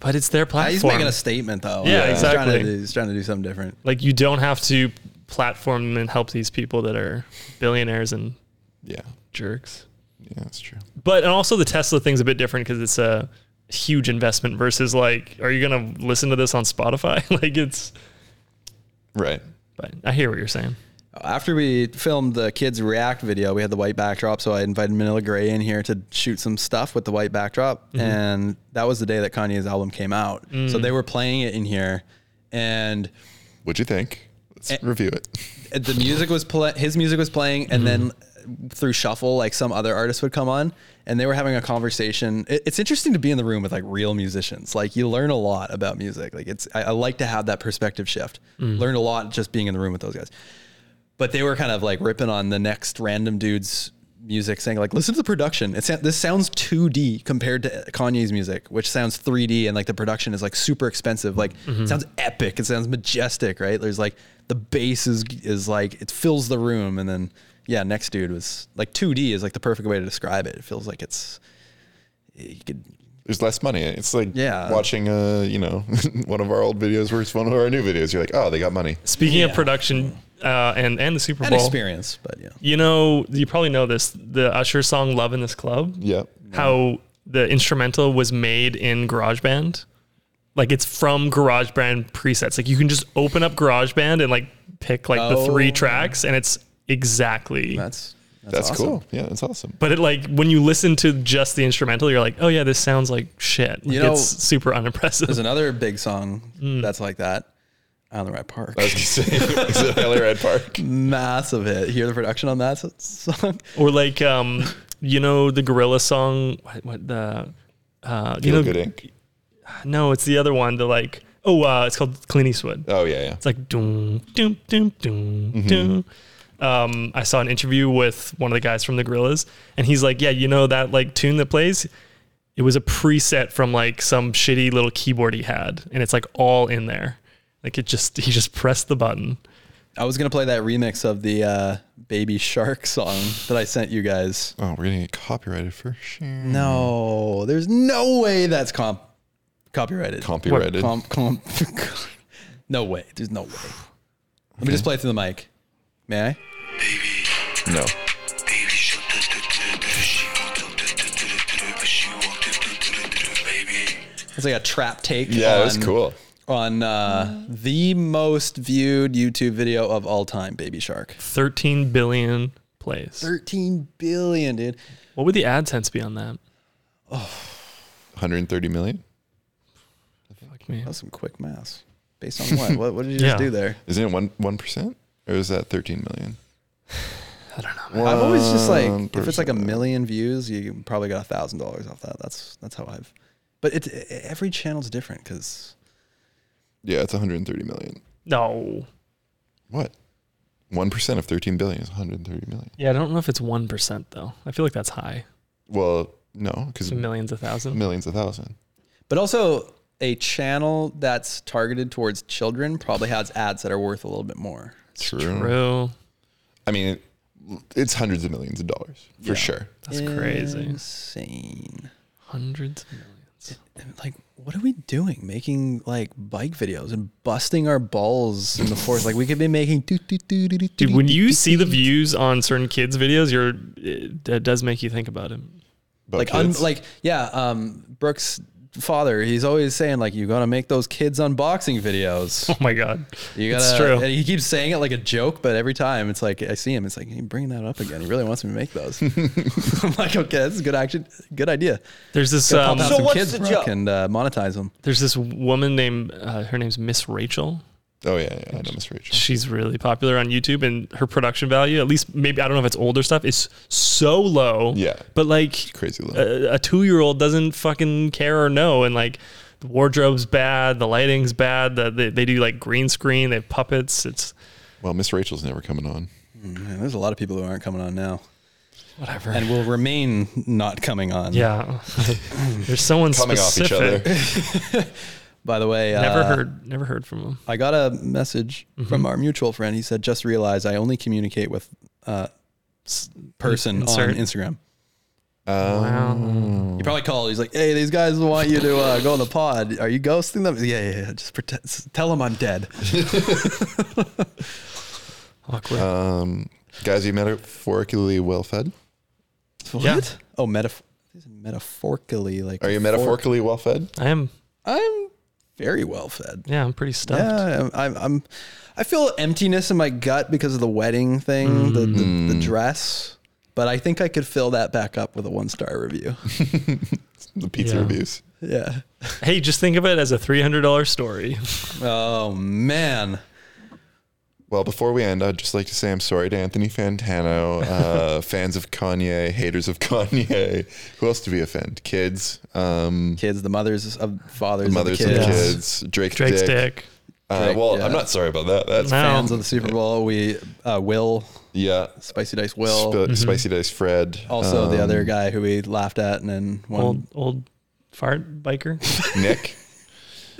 Speaker 3: But it's their platform.
Speaker 2: Ah, He's making a statement though.
Speaker 3: Yeah,
Speaker 2: He's trying to
Speaker 3: exactly.
Speaker 2: do- he's trying to do something different.
Speaker 3: Like you don't have to platform and help these people that are billionaires and
Speaker 5: yeah
Speaker 3: jerks.
Speaker 5: Yeah, that's true.
Speaker 3: But and also the Tesla thing's a bit different because it's a huge investment versus like, are you gonna listen to this on Spotify? <laughs> like it's
Speaker 5: right.
Speaker 3: But I hear what you're saying.
Speaker 2: After we filmed the kids react video, we had the white backdrop, so I invited Manila Gray in here to shoot some stuff with the white backdrop,
Speaker 3: Mhm.
Speaker 2: and that was the day that Kanye's album came out. So
Speaker 5: Mm.
Speaker 2: they were playing it in here, and
Speaker 5: what'd you think? Let's review it.
Speaker 2: The music was play- his music was playing, and then through shuffle, like some other artist would come on, and they were having a conversation. It- it's interesting to be in the room with like real musicians. Like you learn a lot about music. Like it's I, I like to have that perspective shift.
Speaker 3: Mm.
Speaker 2: Learned a lot just being in the room with those guys. But they were kind of like ripping on the next random dude's music, saying like, "Listen to the production. It sa- this sounds 2D compared to Kanye's music, which sounds 3D, and like the production is like super expensive. Like
Speaker 5: Mm-hmm.
Speaker 3: Mhm.
Speaker 2: it sounds epic. It sounds majestic, right? There's like the bass is is like it fills the room, and then yeah, next dude was like 2D is like the perfect way to describe it. It feels like it's you could
Speaker 5: There's less money. It's like
Speaker 2: Yeah.
Speaker 5: watching uh you know <laughs> one of our old videos versus one of our new videos. You're like, oh, they got money.
Speaker 3: Speaking of production uh, and and the Super
Speaker 5: And
Speaker 3: Bowl
Speaker 5: experience,
Speaker 2: but yeah,
Speaker 3: you know you probably know this the Usher song "Love in This Club."
Speaker 5: Yeah,
Speaker 3: how the instrumental was made in GarageBand, like it's from GarageBand presets. Like you can just open up GarageBand and like pick like the
Speaker 5: Oh.
Speaker 3: three tracks, and it's exactly
Speaker 2: that's
Speaker 5: that's, cool. Yeah, that's awesome.
Speaker 3: But it like when you listen to just the instrumental, you're like, oh yeah, this sounds like shit. Like,
Speaker 2: You know,
Speaker 3: it's super unimpressive.
Speaker 2: There's another big song
Speaker 5: Mm.
Speaker 2: that's like that. Isle of Red Park.
Speaker 5: I was gonna say, <laughs> is it Isle of Red
Speaker 2: <laughs>
Speaker 5: Park?
Speaker 2: Massive hit. Hear the production on that s- song.
Speaker 3: Or like, um, you know, the gorilla song. What, what the? Uh, you
Speaker 5: Feel
Speaker 3: know,
Speaker 5: Good Inc?
Speaker 3: No, it's the other one. The like, oh, uh, it's called Clint Eastwood.
Speaker 5: Oh yeah, yeah.
Speaker 3: It's like doom, doom, doom, doom,
Speaker 5: Mhm.
Speaker 3: doom. Um, I saw an interview with one of the guys from the Gorillas, and he's like, yeah, you know that like tune that plays. It was a preset from like some shitty little keyboard he had, and it's like all in there. Like it just he just pressed the button.
Speaker 2: I was gonna play that remix of the uh, Baby Shark song that I sent you guys.
Speaker 5: Oh, we're gonna get copyrighted for sure.
Speaker 2: No, Oh, there's no way that's comp copyrighted.
Speaker 5: Copyrighted.
Speaker 2: Comp, comp, <laughs> no way. There's no way. Let me just play it through the mic. May I?
Speaker 5: No.
Speaker 2: It's like a trap take.
Speaker 5: Yeah, it was
Speaker 2: on-
Speaker 5: cool.
Speaker 2: On uh, the most viewed YouTube video of all time, Baby Shark.
Speaker 3: 13 billion plays.
Speaker 2: 13 billion, dude.
Speaker 3: What would the AdSense be on that?
Speaker 5: 130 million.
Speaker 3: Fuck me.
Speaker 2: That's some quick math. Based on what? what? What did you just do there?
Speaker 5: Isn't it one one percent, or is that 13 million? I don't know.
Speaker 2: I've always just like
Speaker 3: Um,
Speaker 2: if it's like a million views, you probably got a thousand dollars off that. That's that's how I've. But it's e-, every channel's different because
Speaker 5: yeah, it's 130 million.
Speaker 3: No.
Speaker 5: What? One percent of 13 billion is 130 million.
Speaker 3: Yeah, I don't know if it's 1% though. I feel like that's high.
Speaker 5: Well, no, because
Speaker 3: So millions of thousand?
Speaker 5: Millions of thousand.
Speaker 2: but also a channel that's targeted towards children probably has ads that are worth a little bit more.
Speaker 5: True.
Speaker 3: True.
Speaker 5: I mean, it, it's hundreds of millions of dollars for
Speaker 2: Yeah.
Speaker 5: sure.
Speaker 3: That's crazy.
Speaker 2: Insane.
Speaker 3: Hundreds of millions.
Speaker 2: Like, what are we doing? Making like bike videos and busting our balls in the forest. Like, we could be making.
Speaker 3: Dude, when you see the views on certain kids' videos, you're it, that does make you think about it.
Speaker 2: like un, like yeah um brooks father he's always saying like you gotta make those kids unboxing videos oh
Speaker 3: my god
Speaker 2: you gotta uh,
Speaker 3: It's true.
Speaker 2: and he keeps saying it like a joke but every time it's like i see him it's like he's bringing that up again he really wants me to make
Speaker 3: <laughs>
Speaker 2: those i'm like okay that's a good action good idea
Speaker 3: There's this,
Speaker 2: Gotta pump
Speaker 3: um,
Speaker 2: out
Speaker 3: So
Speaker 2: some
Speaker 3: what's
Speaker 2: kids
Speaker 3: the
Speaker 2: Brooke,
Speaker 3: joke?
Speaker 2: and uh, monetize them
Speaker 3: There's this woman named uh, her name's Miss Rachel.
Speaker 5: Oh yeah, yeah I know Miss Rachel.
Speaker 3: She's really popular on YouTube, and her production value, at least maybe I don't know if it's older stuff, is so low.
Speaker 5: Yeah.
Speaker 3: but like
Speaker 5: crazy low.
Speaker 3: A, a two year old doesn't fucking care or know, and like the wardrobe's bad, the lighting's bad. The, they, they do like green screen, they have puppets. It's
Speaker 5: Well, Miss Rachel's never coming on.
Speaker 2: Man, there's a lot of people who aren't coming on now
Speaker 3: Whatever.
Speaker 2: and will remain not coming on
Speaker 3: yeah. <laughs> There's someone
Speaker 2: Coming off each
Speaker 3: specific.
Speaker 2: other. by the way
Speaker 3: Never
Speaker 2: uh,
Speaker 3: heard. Mm-hmm. Never heard from him.
Speaker 2: I got a message from our mutual friend. He said, "Just realized I only communicate with uh, s- person
Speaker 3: Insert.
Speaker 2: on Instagram."
Speaker 5: wow.
Speaker 2: You probably called. He's like, "Hey, these guys want you to uh, go on the pod. Are you ghosting them?" Yeah, yeah. yeah. Just pretend. s- Tell them I'm dead.
Speaker 3: Awkward.
Speaker 5: Um, guys, you metaphorically well fed.
Speaker 2: What? Oh, metaf- metaphorically, like.
Speaker 5: Are you
Speaker 2: fork-
Speaker 5: metaphorically well fed?
Speaker 3: I am.
Speaker 2: I'm very well fed.
Speaker 3: Yeah, I'm pretty stuffed.
Speaker 2: Yeah, I'm, I'm, I'm. I feel emptiness in my gut because of the wedding thing, the, the,
Speaker 5: Mm.
Speaker 2: the dress. But I think I could fill that back up with a one star review. <laughs>
Speaker 5: the pizza
Speaker 3: Yeah.
Speaker 5: reviews.
Speaker 2: Yeah.
Speaker 3: Hey, just think of it as a three hundred dollar story.
Speaker 2: Oh man.
Speaker 5: Well, before we end, I'd just like to say I'm sorry to Anthony Fantano, uh, fans of Kanye, haters of Kanye. Who else do we offend? Kids. Um,
Speaker 2: kids, the mothers of fathers,
Speaker 5: the
Speaker 2: of the
Speaker 5: mothers of the
Speaker 2: kids.
Speaker 5: kids. Drake.
Speaker 3: Drake's
Speaker 5: dick.
Speaker 3: dick.
Speaker 5: Uh,
Speaker 2: Drake,
Speaker 5: well,
Speaker 2: yeah.
Speaker 5: I'm not sorry about that. That's
Speaker 2: fans of the Super Bowl. We uh, Will
Speaker 5: yeah.
Speaker 2: Spicy Dice Will.
Speaker 5: Sp- Spicy Dice Fred.
Speaker 2: mm-hmm. also the other
Speaker 5: um,
Speaker 2: guy who we laughed at and then one
Speaker 3: Old old fart biker.
Speaker 5: Nick.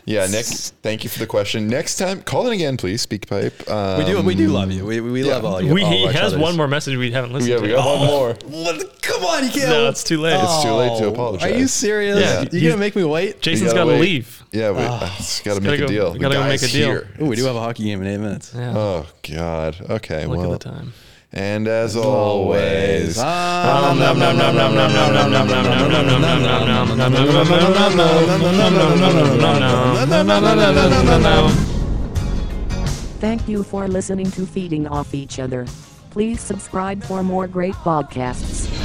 Speaker 5: Yeah, Nick. Thank you for the question. Next time, call in again, please. Speak pipe. Um,
Speaker 2: We do we do love you. We, we
Speaker 5: yeah.
Speaker 2: love all you.
Speaker 3: We
Speaker 2: all
Speaker 3: he
Speaker 2: our
Speaker 3: has
Speaker 2: others.
Speaker 3: one more message we haven't listened
Speaker 5: Yeah,
Speaker 3: to.
Speaker 5: we got one more.
Speaker 2: What? Come on, you can't.
Speaker 3: No, it's too late.
Speaker 5: It's too late to
Speaker 2: Oh,
Speaker 5: apologize.
Speaker 2: Are you serious?
Speaker 5: Yeah.
Speaker 2: You're
Speaker 5: You-
Speaker 2: gonna make me wait?
Speaker 3: Jason's
Speaker 5: You
Speaker 3: got
Speaker 5: gotta
Speaker 3: to
Speaker 5: wait.
Speaker 3: leave.
Speaker 5: Yeah, we just got to
Speaker 3: gotta
Speaker 5: make a
Speaker 3: go-
Speaker 5: deal.
Speaker 3: we
Speaker 5: The
Speaker 3: gotta go
Speaker 5: guy's
Speaker 3: make a deal.
Speaker 5: here.
Speaker 2: Ooh, we do have a hockey game in eight minutes.
Speaker 3: Yeah.
Speaker 5: Oh God. Okay.
Speaker 3: Look
Speaker 5: well.
Speaker 3: at the time.
Speaker 5: And as always.
Speaker 2: Um, nom, nom, nom, nom, nom, nom, nom, nom, nom, nom, nom, nom, nom, nom, nom.
Speaker 1: Thank you for listening to Feeding Off Each Other. Please subscribe for more great podcasts.